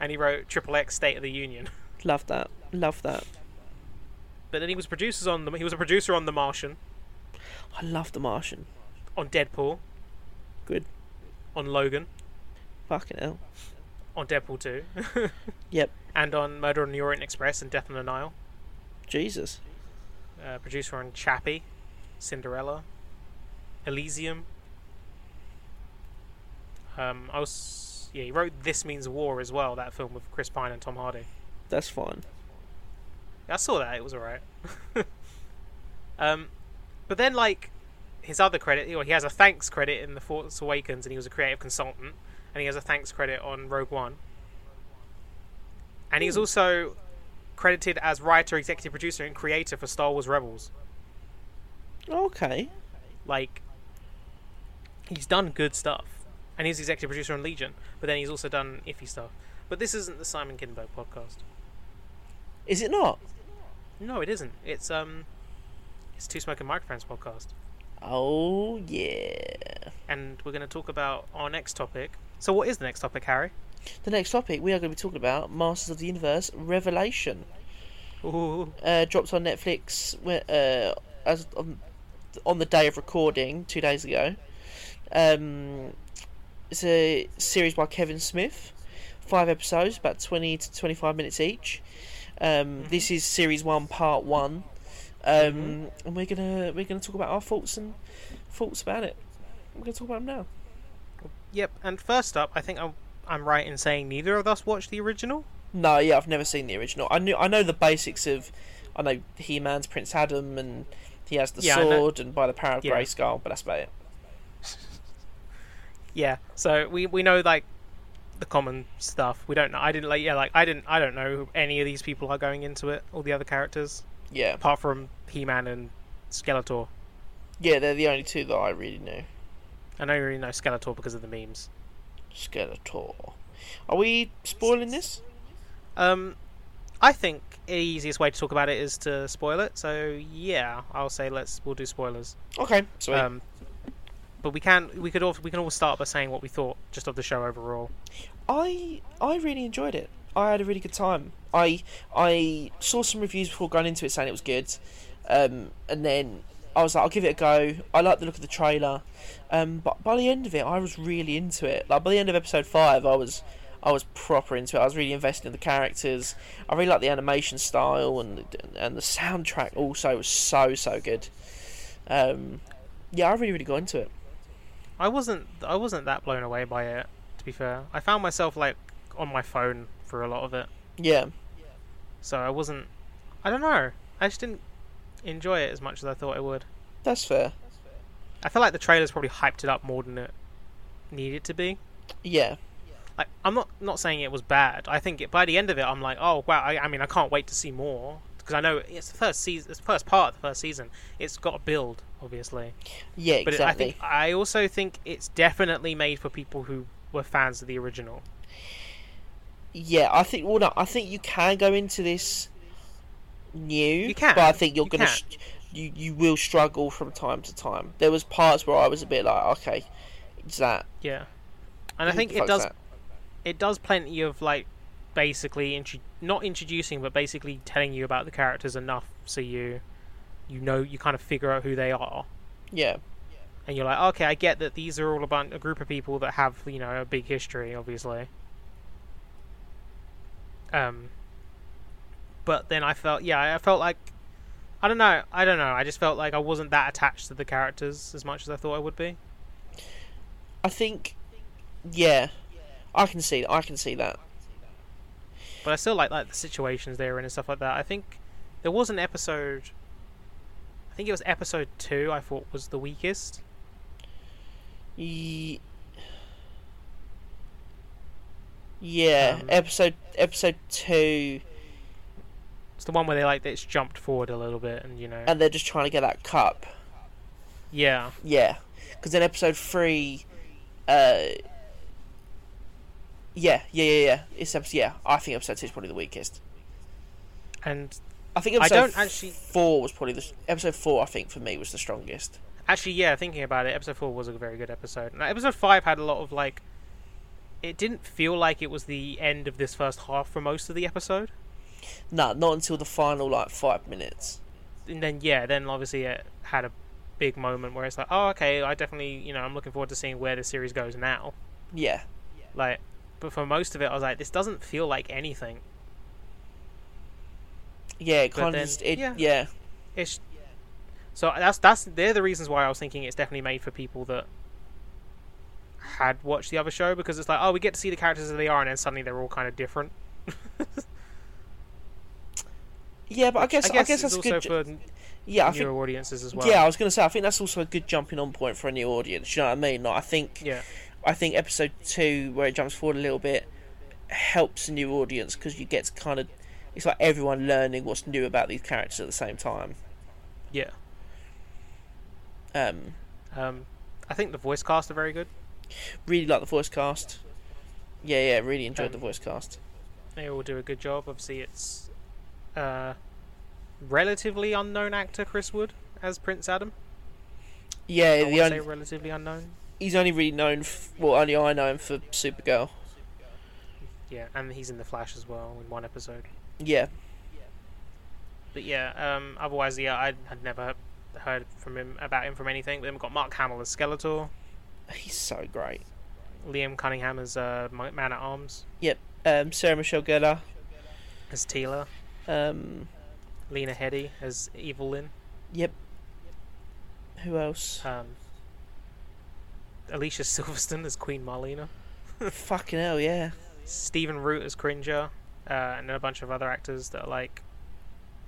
A: and he wrote Triple X State of the Union.
B: Love that. Love that.
A: But then he was producers on the he was a producer on The Martian,
B: I love The Martian.
A: on Deadpool,
B: Good.
A: on Logan,
B: Fucking hell.
A: on Deadpool Two,
B: Yep.
A: and on Murder on the Orient Express and Death on the Nile.
B: Jesus.
A: Uh, producer on Chappie, Cinderella, Elysium. Um, I was yeah he wrote This Means War as well that film with Chris Pine and Tom Hardy.
B: That's fine.
A: I saw that. It was alright. um, but then like his other credit, well, he has a thanks credit in the Force Awakens, and he was a creative consultant, and he has a thanks credit on Rogue One. And he's also credited as writer, executive producer, and creator for Star Wars Rebels.
B: Okay.
A: Like, he's done good stuff, and he's executive producer on Legion. But then he's also done iffy stuff. But this isn't the Simon Kinberg podcast.
B: Is it not?
A: No, it isn't. It's um, it's Two Smoking Microphones podcast,
B: Oh yeah.
A: and we're going to talk about our next topic. So, what is the next topic, Harry?
B: The next topic we are going to be talking about Masters of the Universe Revelation.
A: Ooh,
B: uh, dropped on Netflix uh, as on, on the day of recording two days ago. Um, it's a series by Kevin Smith, five episodes, about twenty to twenty-five minutes each. Um, This is series one, part one, um, and we're gonna we're gonna talk about our thoughts and thoughts about it. We're gonna talk about them now.
A: yep. And first up, I think I'm I'm right in saying neither of us watched the original.
B: No, yeah, I've never seen the original. I knew I know the basics of I know He Man's Prince Adam and he has the
A: Yeah, I know-
B: sword and by the power of
A: Yeah.
B: Grayskull, but that's about it.
A: Yeah. So we we know like the common stuff. We don't know. I didn't like. Yeah, like I didn't. I don't know who any of these people are going into it. All the other characters,
B: Yeah.
A: apart from He-Man and Skeletor.
B: Yeah, they're the only two that I really knew.
A: I don't really know Skeletor because of the memes.
B: Skeletor. Are we spoiling this?
A: Um, I think the easiest way to talk about it is to spoil it. So yeah, I'll say let's we'll do spoilers.
B: Okay, sweet.
A: Um, but we can we could all we can all start by saying what we thought just of the show overall.
B: I I really enjoyed it. I had a really good time. I I saw some reviews before going into it saying it was good, um, and then I was like, I'll give it a go. I like the look of the trailer, um, but by the end of it, I was really into it. Like by the end of episode five, I was I was proper into it. I was really invested in the characters. I really liked the animation style and the, and the soundtrack also was so so good. Um, yeah, I really really got into it.
A: I wasn't I wasn't that blown away by it. To be fair, I found myself like on my phone for a lot of it,
B: Yeah.
A: so I wasn't. I don't know. I just didn't enjoy it as much as I thought I would.
B: That's fair.
A: I feel like the trailers probably hyped it up more than it needed to be.
B: Yeah.
A: like I'm not not saying it was bad. I think it, by the end of it, I'm like, oh wow. I, I mean, I can't wait to see more because I know it's the first season, it's the first part of the first season. It's got a build, obviously.
B: Yeah.
A: But
B: Exactly.
A: it, I think I also think it's definitely made for people who were fans of the original.
B: Yeah, I think. Well, no, I think you can go into this new.
A: You can,
B: but I think you're
A: you
B: gonna.
A: can.
B: Sh- you you will struggle from time to time. There was parts where I was a bit like, okay, it's that.
A: Yeah, and I
B: who
A: think
B: the
A: it
B: fuck's
A: does
B: Mm, that?
A: it does plenty of like basically intro- not introducing but basically telling you about the characters enough so you you know you kind of figure out who they are
B: Yeah,
A: and you're like, okay, I get that these are all a bunch, a group of people that have you know a big history, obviously. Um, but then I felt, yeah, I felt like, I don't know, I don't know, I just felt like I wasn't that attached to the characters as much as I thought I would be.
B: I think. Yeah, I can see. I can see that.
A: But I still like like the situations they were in and stuff like that. I think there was an episode. I think it was episode two. I thought was the weakest.
B: Ye- Yeah,
A: Um,
B: episode episode two,
A: It's the one where they like it's jumped forward a little bit, and you know,
B: and they're just trying to get that cup.
A: yeah,
B: Yeah, because in episode three, uh, yeah, yeah, yeah, yeah. It's episode, yeah. I think episode two is probably the weakest.
A: and
B: I think
A: I
B: episode
A: don't actually-
B: four was probably the episode four. I think for me was the strongest.
A: Actually, yeah, thinking about it, episode four was a very good episode. And episode five had a lot of like. It didn't feel like it was the end of this first half for most of the episode.
B: No, not until the final like five minutes.
A: And then, yeah, then obviously it had a big moment where it's like, oh, okay, I definitely, you know, I'm looking forward to seeing where the series goes now.
B: Yeah,
A: Like, but for most of it, I was like, this doesn't feel like anything.
B: yeah, it
A: But
B: kind
A: then-
B: of just it,
A: yeah.
B: yeah.
A: It's. So that's that's they're the reasons why I was thinking it's definitely made for people that had watched the other show because it's like oh we get to see the characters as they are and then suddenly they're all kind of different
B: Yeah, but I guess I guess,
A: it's
B: that's a good.
A: also
B: ju-
A: for
B: yeah, I think.
A: newer audiences as well.
B: Yeah, I was gonna say I think that's also a good jumping on point for a new audience. You know what I mean? Like, I think
A: yeah,
B: I think episode two, where it jumps forward a little bit, helps a new audience because you get to kind of. It's like everyone learning what's new about these characters at the same time.
A: yeah.
B: Um,
A: Um, I think the voice cast are very good.
B: really like the voice cast. Yeah, yeah, really enjoyed
A: Um,
B: the voice cast.
A: They all do a good job. Obviously, it's uh, relatively unknown actor Chris Wood as Prince Adam.
B: Yeah,
A: I
B: the
A: wanna
B: only,
A: say relatively unknown.
B: he's only really known. F- well, only I know him for Supergirl.
A: Yeah, and he's in the Flash as well in one episode.
B: Yeah,
A: But yeah, um, otherwise, yeah, I had never heard from him about him from anything. Then we've got Mark Hamill as Skeletor,
B: he's so great.
A: Liam Cunningham as uh, Man at Arms,
B: Um, Sarah Michelle Gellar.
A: as Teela,
B: Um,
A: Lena Headey as Evil Lyn,
B: yep. Who else?
A: um, Alicia Silverstone as Queen Marlena,
B: Fucking hell, yeah.
A: Stephen Root as Cringer, uh, and then a bunch of other actors that are like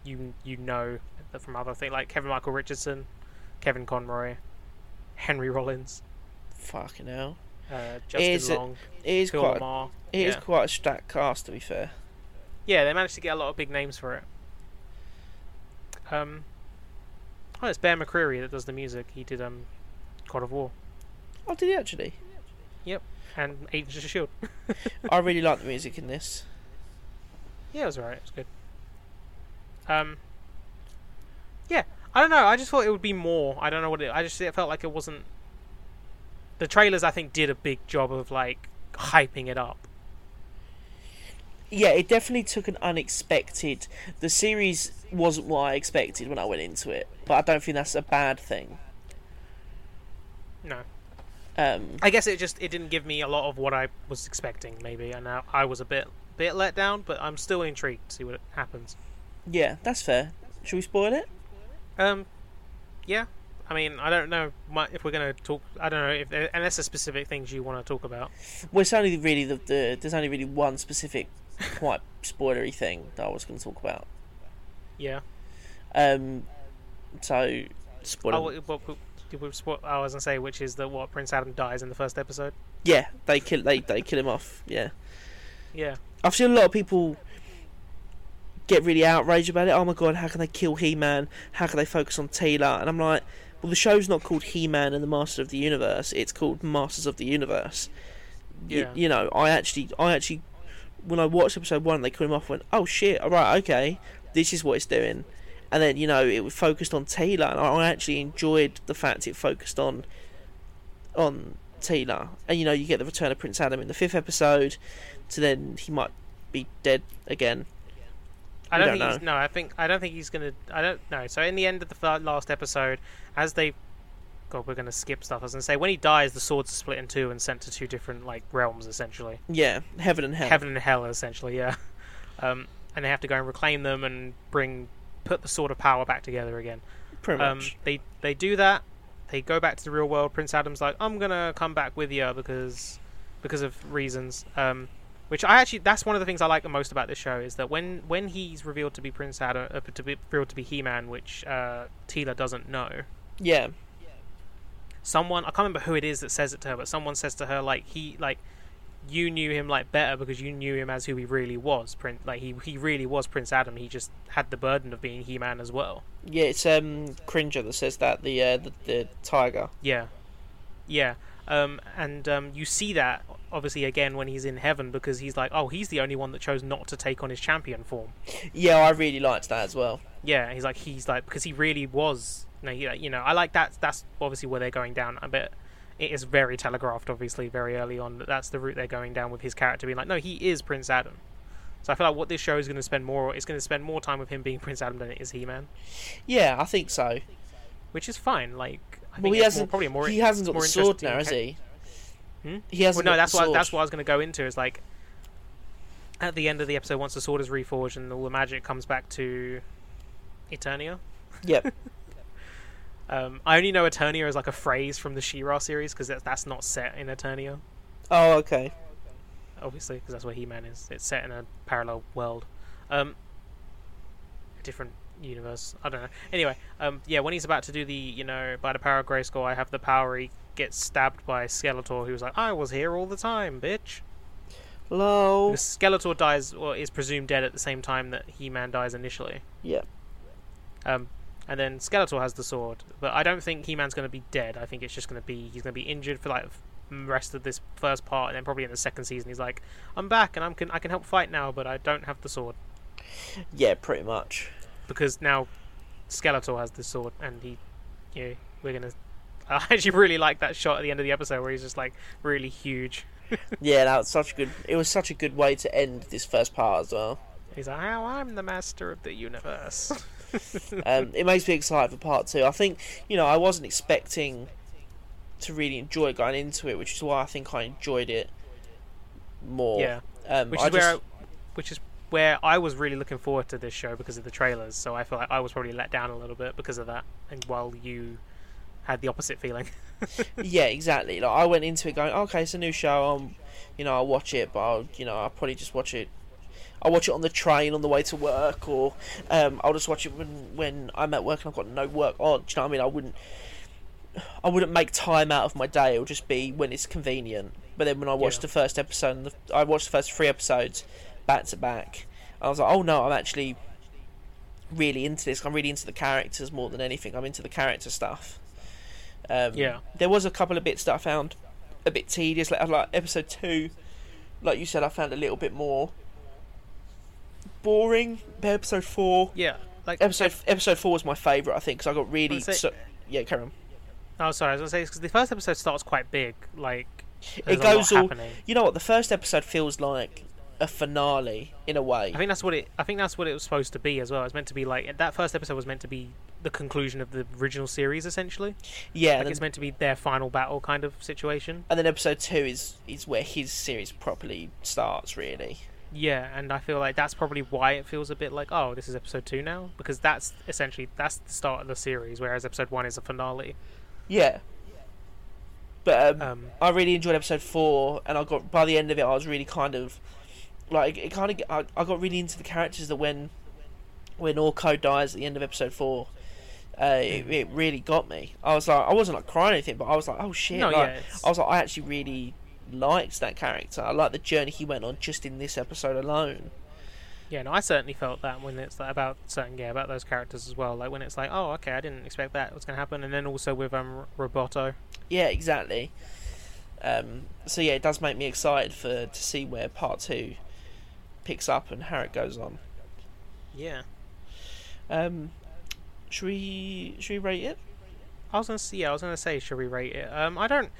A: you you know from other things like Kevin Michael Richardson, Kevin Conroy, Henry Rollins,
B: Fucking hell.
A: uh, Justin
B: Is it-
A: Long,
B: It is
A: Phil
B: quite. A,
A: Lamar.
B: it is
A: yeah.
B: quite a stacked cast, to be fair.
A: Yeah, they managed to get a lot of big names for it. Um, oh, it's Bear McCreary that does the music. He did um, God of War
B: Oh, did he actually?
A: and Agents of Shield.
B: I really like the music in this.
A: Yeah, it was alright. It was good. Um, yeah, I don't know. I just thought it would be more. I don't know what it. I just it felt like it wasn't. The trailers, I think, did a big job of like hyping it up.
B: Yeah, it definitely took an unexpected. The series wasn't what I expected when I went into it, but I don't think that's a bad thing.
A: No,
B: Um,
A: I guess it just it didn't give me a lot of what I was expecting. Maybe, and I, I was a bit bit let down, but I'm still intrigued to see what happens.
B: yeah, that's fair. Should we spoil it?
A: Um, yeah. I mean, I don't know mu- if we're gonna talk. I don't know if there, unless there's specific things you want to talk about.
B: Well, it's only really the, the there's only really one specific, quite spoilery thing that I was going to talk about.
A: Yeah.
B: Um, so spoiler.
A: Oh, what, what, did we spo- I was gonna say, which is that what Prince Adam dies in the first episode.
B: yeah, they kill they they kill him off. Yeah,
A: Yeah.
B: I've seen a lot of people get really outraged about it. Oh my god, how can they kill He Man? How can they focus on Taylor? And I'm like, well, the show's not called He Man and the Master of the Universe. It's called Masters of the Universe. Y-
A: Yeah.
B: you know, I actually, I actually, when I watched episode one, they cut him off. and Went, oh shit, all right, okay, this is what it's doing. And then you know, it was focused on Taylor, and I I actually enjoyed the fact it focused on, on Taylor. And you know, you get the return of Prince Adam in the fifth episode. So then he might be dead again.
A: I
B: We
A: don't,
B: don't
A: think He's, no, I think I don't think he's gonna. I don't know. So in the end of the fir- last episode, as they, God, we're gonna skip stuff. I was gonna say when he dies, the swords are split in two and sent to two different like realms, essentially.
B: Yeah, heaven and hell.
A: heaven and hell essentially yeah um, and they have to go and reclaim them and bring put the sword of power back together again
B: pretty
A: um,
B: much.
A: they they do that they go back to the real world prince adam's like i'm gonna come back with you because because of reasons um, which i actually that's one of the things i like the most about this show is that when when he's revealed to be prince adam uh, to be revealed to be he-man which uh, tila doesn't know
B: Yeah,
A: someone I can't remember who it is that says it to her, but someone says to her like he like you knew him like better because you knew him as who he really was, Prince. Like he he really was Prince Adam. He just had the burden of being He Man as well.
B: yeah. It's um Cringer that says that the uh, the, the tiger.
A: Yeah, yeah. Um, and um, you see that obviously again when he's in heaven because he's like, oh, he's the only one that chose not to take on his champion form.
B: Yeah, I really liked that as well.
A: Yeah, and he's like he's like because he really was. You know, he, like, you know, I like that. That's obviously where they're going down. I bet it is very telegraphed, obviously, very early on that that's the route they're going down with his character being like, no, he is Prince Adam. So I feel like what this show is going to spend more, it's going to spend more time with him being Prince Adam than it is He-Man,
B: Yeah, I think so.
A: which is fine. Like, I
B: Well,
A: think
B: he
A: it's
B: hasn't.
A: more, probably more.
B: he hasn't got
A: more
B: the sword
A: interesting
B: now, has
A: ca-
B: he?
A: Hmm?
B: He hasn't.
A: well,
B: got
A: no, that's
B: the
A: what
B: sword.
A: that's what I was going to go into. Is like at the end of the episode, once the sword is reforged and all the magic comes back to Eternia.
B: Yep.
A: Um, I only know Eternia as like a phrase from the She-Ra series because that, that's not set in Eternia,
B: Oh, okay.
A: obviously, because that's where He-Man is. It's set in a parallel world. Um, different universe. I don't know. Anyway, um, yeah, when he's about to do the, you know, by the power of Grayskull, I have the power. He gets stabbed by Skeletor, who's like, I was here all the time, bitch.
B: Lol.
A: Because Skeletor dies or is presumed dead at the same time that He-Man dies initially.
B: Yeah.
A: Um, and then Skeletor has the sword, but I don't think He-Man's going to be dead. I think it's just going to be he's going to be injured for like the rest of this first part, and then probably in the second season he's like, I'm back and I'm can I can help fight now, but I don't have the sword
B: Yeah, pretty much.
A: because now Skeletor has the sword, and he, you know, we're gonna. I actually really like that shot at the end of the episode where he's just like really huge.
B: Yeah, that was such a good. It was such a good way to end this first part as well.
A: He's like, "How I'm the master of the universe."
B: Um, it makes me excited for part two. I think you know I wasn't expecting to really enjoy going into it, which is why I think I enjoyed it more.
A: Yeah.
B: um,
A: which
B: I
A: is where,
B: just-
A: I, which is where I was really looking forward to this show because of the trailers. So I feel like I was probably let down a little bit because of that, and while you had the opposite feeling.
B: yeah, exactly. Like I went into it going, okay, it's a new show. Um, you know, I'll watch it, but I'll, you know, I'll probably just watch it. I'll watch it on the train on the way to work, or um, I'll just watch it when when I'm at work and I've got no work on. Do you know what I mean? I wouldn't. I wouldn't make time out of my day. It'll just be when it's convenient. But then when I watched
A: Yeah.
B: the first episode, and the, I watched the first three episodes back to back. I was like, oh no, I'm actually really into this. I'm really into the characters more than anything. I'm into the character stuff. Um,
A: Yeah.
B: There was a couple of bits that I found a bit tedious. Like, like episode two, like you said, I found a little bit more boring. But episode four,
A: yeah, like
B: episode episode four was my favourite, I think, because I got really.
A: I'd say-
B: so- yeah, carry on.
A: Oh, sorry, I was gonna say because the first episode starts quite big. Like there's
B: It
A: a lot
B: goes all.
A: happening.
B: You know what? The first episode feels like a finale in a way.
A: I think that's what it. I think that's what it was supposed to be as well. It's meant to be like that first episode was meant to be the conclusion of the original series, essentially.
B: yeah,
A: Like
B: and
A: it's
B: then,
A: meant to be their final battle kind of situation.
B: and then episode two is is where his series properly starts, really.
A: Yeah, and I feel like that's probably why it feels a bit like, oh, this is episode two now, because that's essentially that's the start of the series, whereas episode one is a finale.
B: Yeah. But um,
A: Um,
B: I really enjoyed episode four, and I got by the end of it, I was really kind of like it kind of I, I got really into the characters that when when Orko dies at the end of episode four, uh, it,
A: Hmm.
B: it really got me. I was like, I wasn't like crying or anything, but I was like, oh shit!
A: No,
B: like,
A: yeah, it's-
B: I was like, I actually really liked that character. I like the journey he went on just in this episode alone.
A: yeah, no, I certainly felt that when it's like, about certain yeah about those characters as well. Like when it's like, oh, okay, I didn't expect that was going to happen, and then also with um R- Roboto.
B: Yeah, exactly. Um, so yeah, it does make me excited for to see where part two picks up and how it goes on.
A: Yeah,
B: Um, should we should we rate it?
A: I was gonna s- yeah, I was gonna say, should we rate it? Um, I don't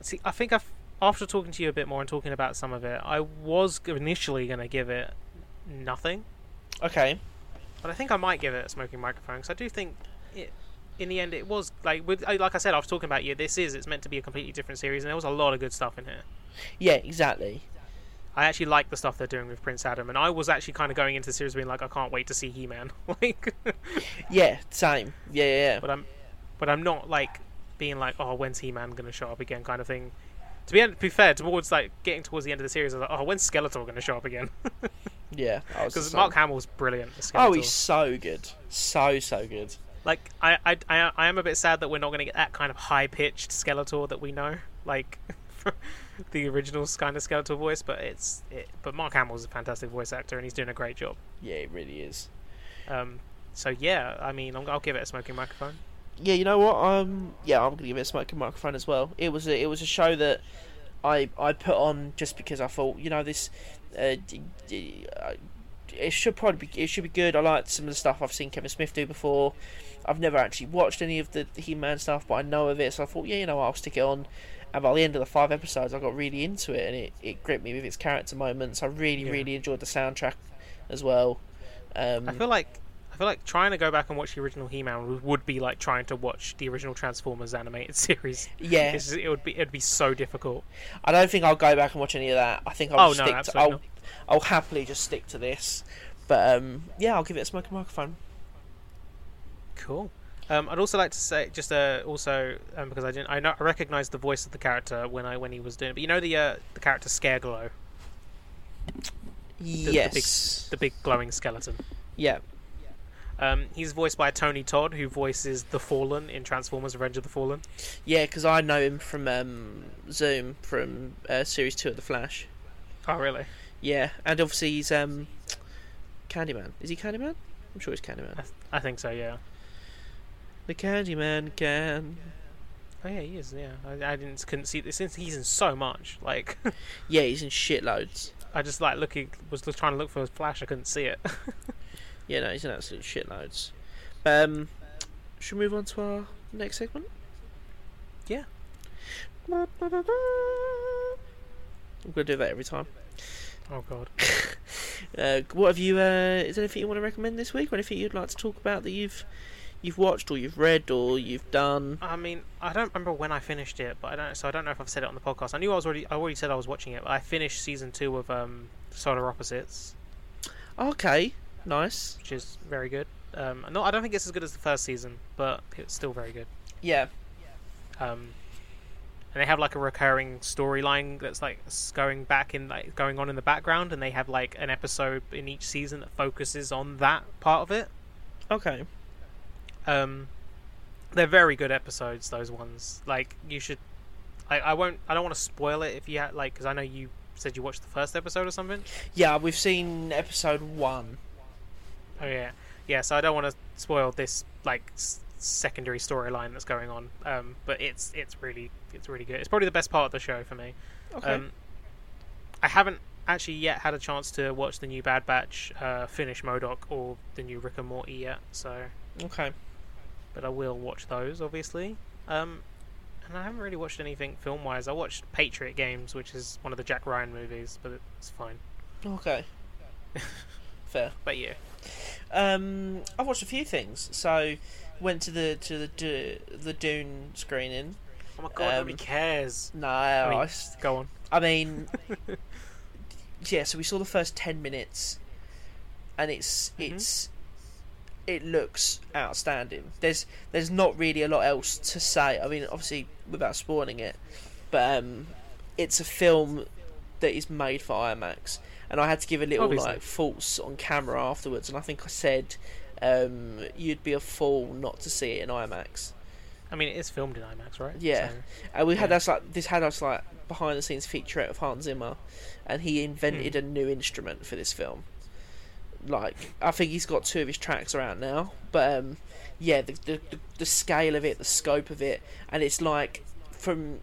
A: see. I think I've after talking to you a bit more and talking about some of it, I was g- initially gonna give it nothing.
B: Okay.
A: but I think I might give it a smoking microphone because I do think it. In the end, it was like with I- like I said, I was talking about you. This is it's meant to be a completely different series, and there was a lot of good stuff in here.
B: Yeah, exactly.
A: I actually like the stuff they're doing with Prince Adam, and I was actually kind of going into the series being like, I can't wait to see He Man, like,
B: Yeah, same. Yeah, yeah, yeah.
A: but I'm, but I'm not like being like, oh, when's He Man gonna show up again, kind of thing. To be, to be fair, towards like getting towards the end of the series, I was like, oh, when's Skeletor gonna show up again?
B: yeah. I was the
A: Because
B: same.
A: Mark Hamill's brilliant. as
B: oh,
A: Skeletor.
B: he's so good, so so good.
A: Like I, I, I, I am a bit sad that we're not going to get that kind of high pitched Skeletor that we know, like the original kind of Skeletor voice. But it's, it, but Mark Hamill's a fantastic voice actor and he's doing a great job.
B: Yeah, it really is.
A: Um, so yeah, I mean, I'm, I'll give it a smoking microphone.
B: Yeah, you know what? Um, yeah, I'm gonna give it a smoking microphone as well. It was a, it was a show that I I put on just because I thought you know this. Uh, d- d- I- it should probably be, it should be good. I liked some of the stuff I've seen Kevin Smith do before. I've never actually watched any of the He Man stuff, but I know of it, so I thought, yeah, you know, what, I'll stick it on. And by the end of the five episodes, I got really into it, and it, it gripped me with its character moments. I really,
A: Yeah.
B: really enjoyed the soundtrack as well. Um,
A: I feel like. I feel like trying to go back and watch the original He-Man would- would be like trying to watch the original Transformers animated series.
B: yeah,
A: It's just- it would be it'd be so difficult.
B: I don't think I'll go back and watch any of that. I think I'll
A: Oh,
B: just
A: no,
B: stick. To,
A: absolutely
B: I'll,
A: not.
B: I'll happily just stick to this. But um, yeah, I'll give it a smoking microphone.
A: Cool. Um, I'd also like to say just uh, also um, because I didn't I, know, I recognized the voice of the character when I when he was doing it. But you know the uh, the character Scareglow, the
B: yes.
A: the big glowing skeleton.
B: yeah.
A: Um, he's voiced by Tony Todd, who voices the Fallen in Transformers: Revenge of the Fallen.
B: Yeah, because I know him from um, Zoom from uh, Series Two of The Flash.
A: Oh, really?
B: Yeah, and obviously he's um, Candyman. Is he Candyman? I'm sure he's Candyman.
A: I, th- I think so. Yeah.
B: The Candyman can.
A: Oh yeah, he is. Yeah, I, I didn't couldn't see this since he's in so much. Like,
B: Yeah, he's in shitloads.
A: I just like looking was look- trying to look for his Flash. I couldn't see it.
B: Yeah, no, he's in absolute shitloads. Um, should we move on to our next segment?
A: Yeah.
B: I'm gonna do that every time.
A: Oh god.
B: Uh, what have you? Uh, is there anything you want to recommend this week, or anything you'd like to talk about that you've you've watched, or you've read, or you've done?
A: I mean, I don't remember when I finished it, but I don't. So I don't know if I've said it on the podcast. I knew I was already. I already said I was watching it, but I finished season two of um, Solar Opposites,
B: Okay, nice.
A: which is very good. Um, no, I don't think it's as good as the first season, but it's still very good.
B: Yeah,
A: Um, and they have like a recurring storyline that's like s- going back in, like going on in the background, and they have like an episode in each season that focuses on that part of it.
B: okay.
A: Um, they're very good episodes. Those ones, like you should. I, I won't. I don't want to spoil it if you ha- like, because I know you said you watched the first episode or something.
B: Yeah, we've seen episode one.
A: Oh yeah, yeah. So I don't want to spoil this like s- secondary storyline that's going on. Um, but it's it's really it's really good. It's probably the best part of the show for me.
B: Okay.
A: Um, I haven't actually yet had a chance to watch the new Bad Batch, uh, finish Modoc, or the new Rick and Morty yet. So,
B: okay.
A: but I will watch those obviously. Um, and I haven't really watched anything film-wise. I watched Patriot Games, which is one of the Jack Ryan movies, but it's fine.
B: Okay. Fair.
A: But yeah,
B: Um, I've watched a few things. So, went to the to the Do- the Dune screening.
A: oh my god,
B: Um,
A: nobody cares.
B: No,
A: I mean-
B: I, s-
A: Go on.
B: I mean, yeah. So we saw the first ten minutes, and it's
A: Mhm.
B: it's it looks outstanding. There's there's not really a lot else to say. I mean, obviously without spoiling it, but um, it's a film that is made for IMAX, and I had to give a little
A: Obviously.
B: like thoughts on camera afterwards, and I think I said. Um, you'd be a fool not to see it in IMAX.
A: I mean, it is filmed in IMAX, right?
B: Yeah.
A: So-
B: And Uh, we had
A: Yeah.
B: us like this had us like behind the scenes featurette of Hans Zimmer, and he
A: Hmm.
B: invented a new instrument for this film. Like I think he's got two of his tracks are out now, but um, yeah, the, the the- the scale of it, the scope of it, and it's like from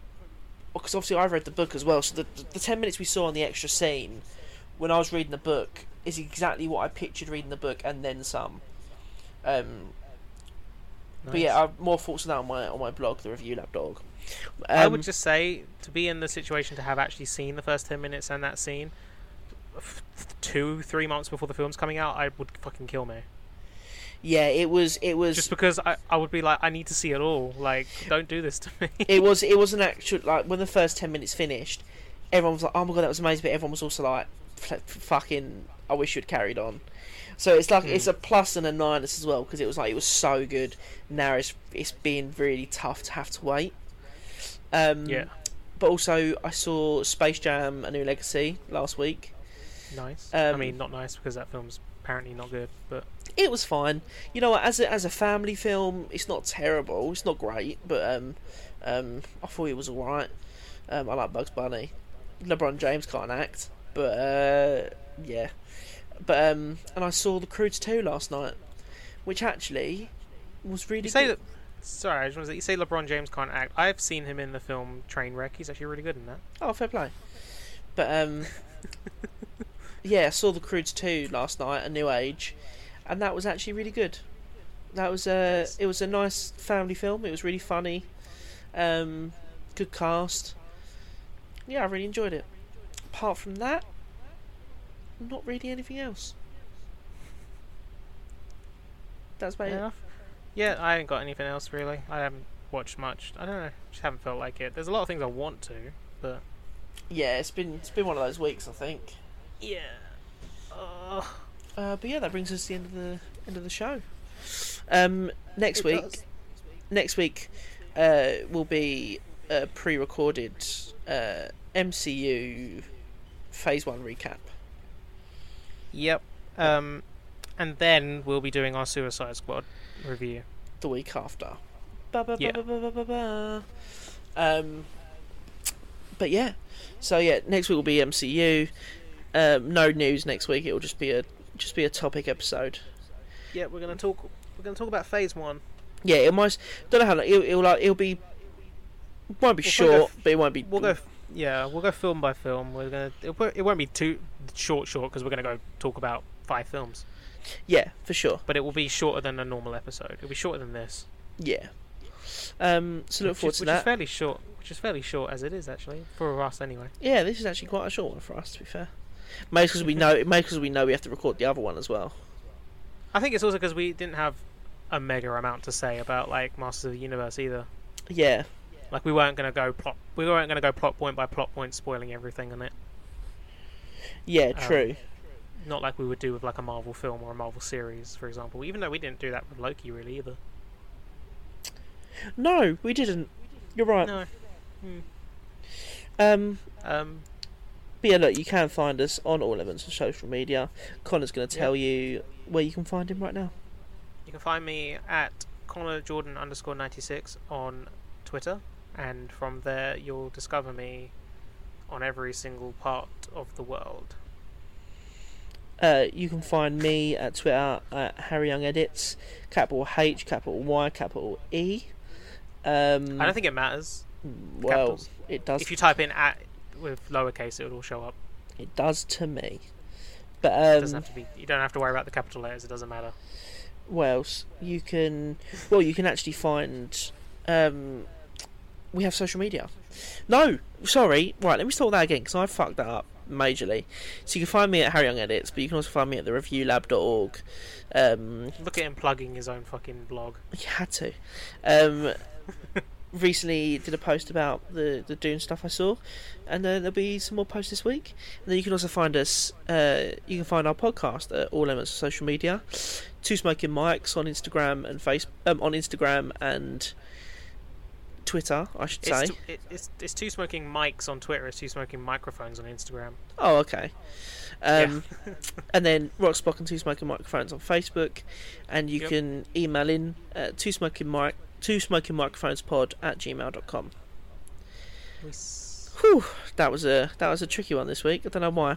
B: because obviously I've read the book as well. So the the ten minutes we saw on the extra scene, when I was reading the book, is exactly what I pictured reading the book and then some. Um, But
A: Nice.
B: yeah, I've more thoughts on that on my on my blog, the Review Lab Dog. Um,
A: I would just say to be in the situation to have actually seen the first ten minutes and that scene, f- two three months before the film's coming out, I would fucking kill me.
B: Yeah, it was it was
A: Just because I, I would be like, I need to see it all. Like, don't do this to me.
B: it was it was an actual like when the first ten minutes finished, everyone was like, "Oh my god, that was amazing!" But everyone was also like, f- f- "Fucking, I wish you'd carried on." So it's like
A: Hmm.
B: it's a plus and a minus as well because it was like it was so good. Now it's it's being really tough to have to wait. Um,
A: yeah,
B: But also, I saw Space Jam: A New Legacy last week.
A: nice. I
B: um,
A: mean, not nice because that film's apparently not good. But
B: It was fine. You know, what, as a, as a family film, it's not terrible. It's not great, but um, um, I thought it was all right. Um, I like Bugs Bunny. LeBron James can't act, but uh, yeah. But um, and I saw The Croods 2 last night, which actually was really.
A: you say
B: good.
A: that. Sorry, I just want to say you say LeBron James can't act. I've seen him in the film Trainwreck. He's actually really good in that.
B: Oh, fair play. But um, yeah, I saw The Croods 2 last night, A New Age, and that was actually really good. That was a
A: Nice.
B: it was a nice family film. It was really funny, um, good cast. Yeah, I really enjoyed it. Apart from that, not really anything else. That's about
A: Fair
B: it.
A: enough. Yeah, I haven't got anything else really. I haven't watched much. I don't know. Just haven't felt like it. There's a lot of things I want to, but
B: Yeah, it's been it's been one of those weeks, I think.
A: yeah. Ugh.
B: Uh, but yeah, that brings us to the end of the end of the show. Um, next
A: It
B: week,
A: does.
B: next week uh, will be a pre-recorded uh, MCU Phase One recap.
A: Yep. Um, and then we'll be doing our Suicide Squad review.
B: the week after. Ba, ba, ba,
A: Yeah.
B: ba, ba, ba, ba, ba. Um, but yeah, so yeah, next week will be MCU. Um, no news next week. It will just be a just be a topic episode.
A: Yeah, we're gonna talk. We're gonna talk about Phase One.
B: Yeah, it might. Don't know how long. It'll, it'll like it'll be. It won't be
A: We'll
B: short,
A: go f-
B: but it won't be.
A: We'll go. Yeah, we'll go film by film. We're gonna. It'll, put- it won't be too short, short because we're gonna go talk about five films.
B: yeah, for sure.
A: But it will be shorter than a normal episode. It'll be shorter than this.
B: Yeah. Um, so look
A: which
B: forward
A: is,
B: to
A: which
B: that.
A: is fairly short. Which is fairly short as it is actually for us anyway.
B: Yeah, this is actually quite a short one for us, to be fair. Maybe because we know, maybe 'cause we know we have to record the other one as well.
A: I think it's also because we didn't have a mega amount to say about like Masters of the Universe either.
B: Yeah,
A: Like we weren't gonna go plot. We weren't gonna go plot point by plot point, spoiling everything on it.
B: yeah,
A: Um,
B: true.
A: Not like we would do with like a Marvel film or a Marvel series, for example. Even though we didn't do that with Loki really either.
B: no, we didn't. You're right.
A: No.
B: Um,
A: Um.
B: but yeah, look, you can find us on all elements of social media. Connor's going to
A: Yeah.
B: tell you where you can find him right now.
A: You can find me at Connor Jordan underscore ninety six on Twitter, and from there you'll discover me on every single part of the world.
B: Uh, you can find me at Twitter at Harry Young Edits, capital H, capital Y, capital E. Um,
A: I don't think it matters.
B: well,
A: capitals.
B: it does.
A: If you type in at with lowercase, it would all show up.
B: It does to me. But
A: It
B: um,
A: doesn't have to be. You don't have to worry about the capital letters. It doesn't matter.
B: what else? You can well, you can actually find. Um, we have social media. No, sorry. Right, let me start that again because I fucked that up majorly. So you can find me at Harry Young Edits, but you can also find me at thereviewlab.org. Um,
A: Look at him plugging his own fucking blog.
B: you had to. Um, recently did a post about the the Dune stuff I saw, and then there'll be some more posts this week. And then you can also find us. Uh, you can find our podcast at all elements of social media. Two smoking mics on Instagram and face um, on Instagram and Twitter, I should say.
A: It's, t- it, it's it's two smoking mics on Twitter. It's two smoking microphones on Instagram.
B: Oh, okay.
A: Yeah.
B: Um, and then Rockspock and Two Smoking Microphones on Facebook, and you
A: Yep.
B: can email in at two smoking mic two smoking microphones pod at gmail.com.
A: Nice.
B: Whew, that was a that was a tricky one this week. I don't know why.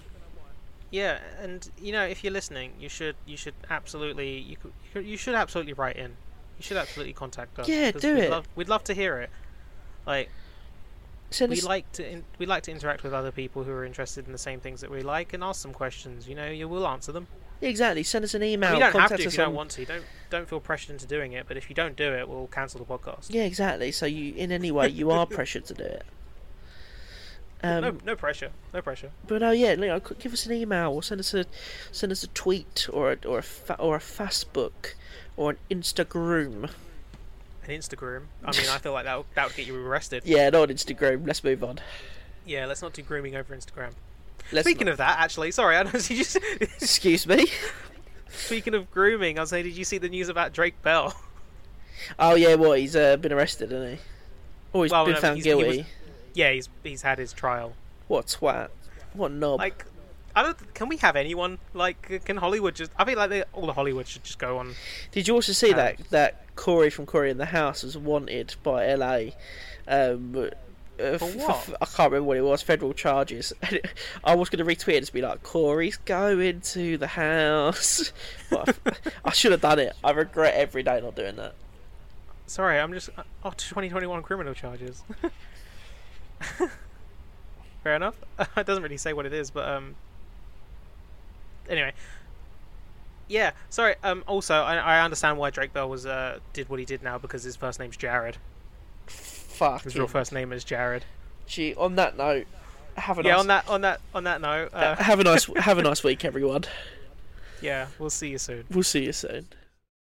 A: Yeah, and you know if you're listening, you should you should absolutely you could, you could- you should absolutely write in. You should absolutely contact us.
B: Yeah,
A: 'cause
B: do
A: we'd
B: it.
A: Love, we'd love to hear it. Like
B: Send
A: we
B: us,
A: like to in, we like to interact with other people who are interested in the same things that we like and ask some questions. You know, you will answer them.
B: exactly. Send us an email.
A: you don't
B: contact
A: have to
B: us
A: if you don't
B: on-
A: want to. Don't don't feel pressured into doing it. But if you don't do it, we'll cancel the podcast.
B: Yeah, exactly. So you, in any way, you are pressured to do it. Um,
A: no no pressure. No pressure.
B: But no, yeah, you know, give us an email or send us a send us a tweet or a, or a fa- or a Facebook or an Instagram.
A: An Instagram. I mean, I feel like that would- that would get you arrested.
B: Yeah, not an Instagram. Let's move on.
A: Yeah, let's not do grooming over Instagram.
B: Let's
A: Speaking of that, actually, sorry, I don't see just
B: excuse me.
A: Speaking of grooming, I was saying, did you see the news about Drake Bell?
B: Oh yeah, what he's uh, been arrested, hasn't he? Or he's
A: Well,
B: been
A: no,
B: found
A: he's- he was-
B: guilty.
A: Yeah, he's he's had his trial.
B: What twat? What knob?
A: Like, I don't. Can we have anyone? Like, can Hollywood just? I think like they, all of Hollywood should just go on.
B: Did you also see
A: Um,
B: that that Corey from Corey in the House was wanted by LA? Um, uh, f-
A: what?
B: I can't remember what it was. Federal charges. I was going to retweet it and just be like, "Corey's going to the house." But I, I should have done it. I regret every day not doing that.
A: Sorry, I'm just. Oh, 2021 criminal charges. Fair enough. it doesn't really say what it is, but um. Anyway. Yeah. Sorry. Um. Also, I, I understand why Drake Bell was uh did what he did now because his first name's Jared.
B: Fuck.
A: His real first name is Jared.
B: Gee. On that note, have a
A: yeah.
B: nice
A: On that. On that. On that note. Uh,
B: have a nice have a nice week, everyone.
A: yeah. We'll see you soon.
B: We'll see you soon.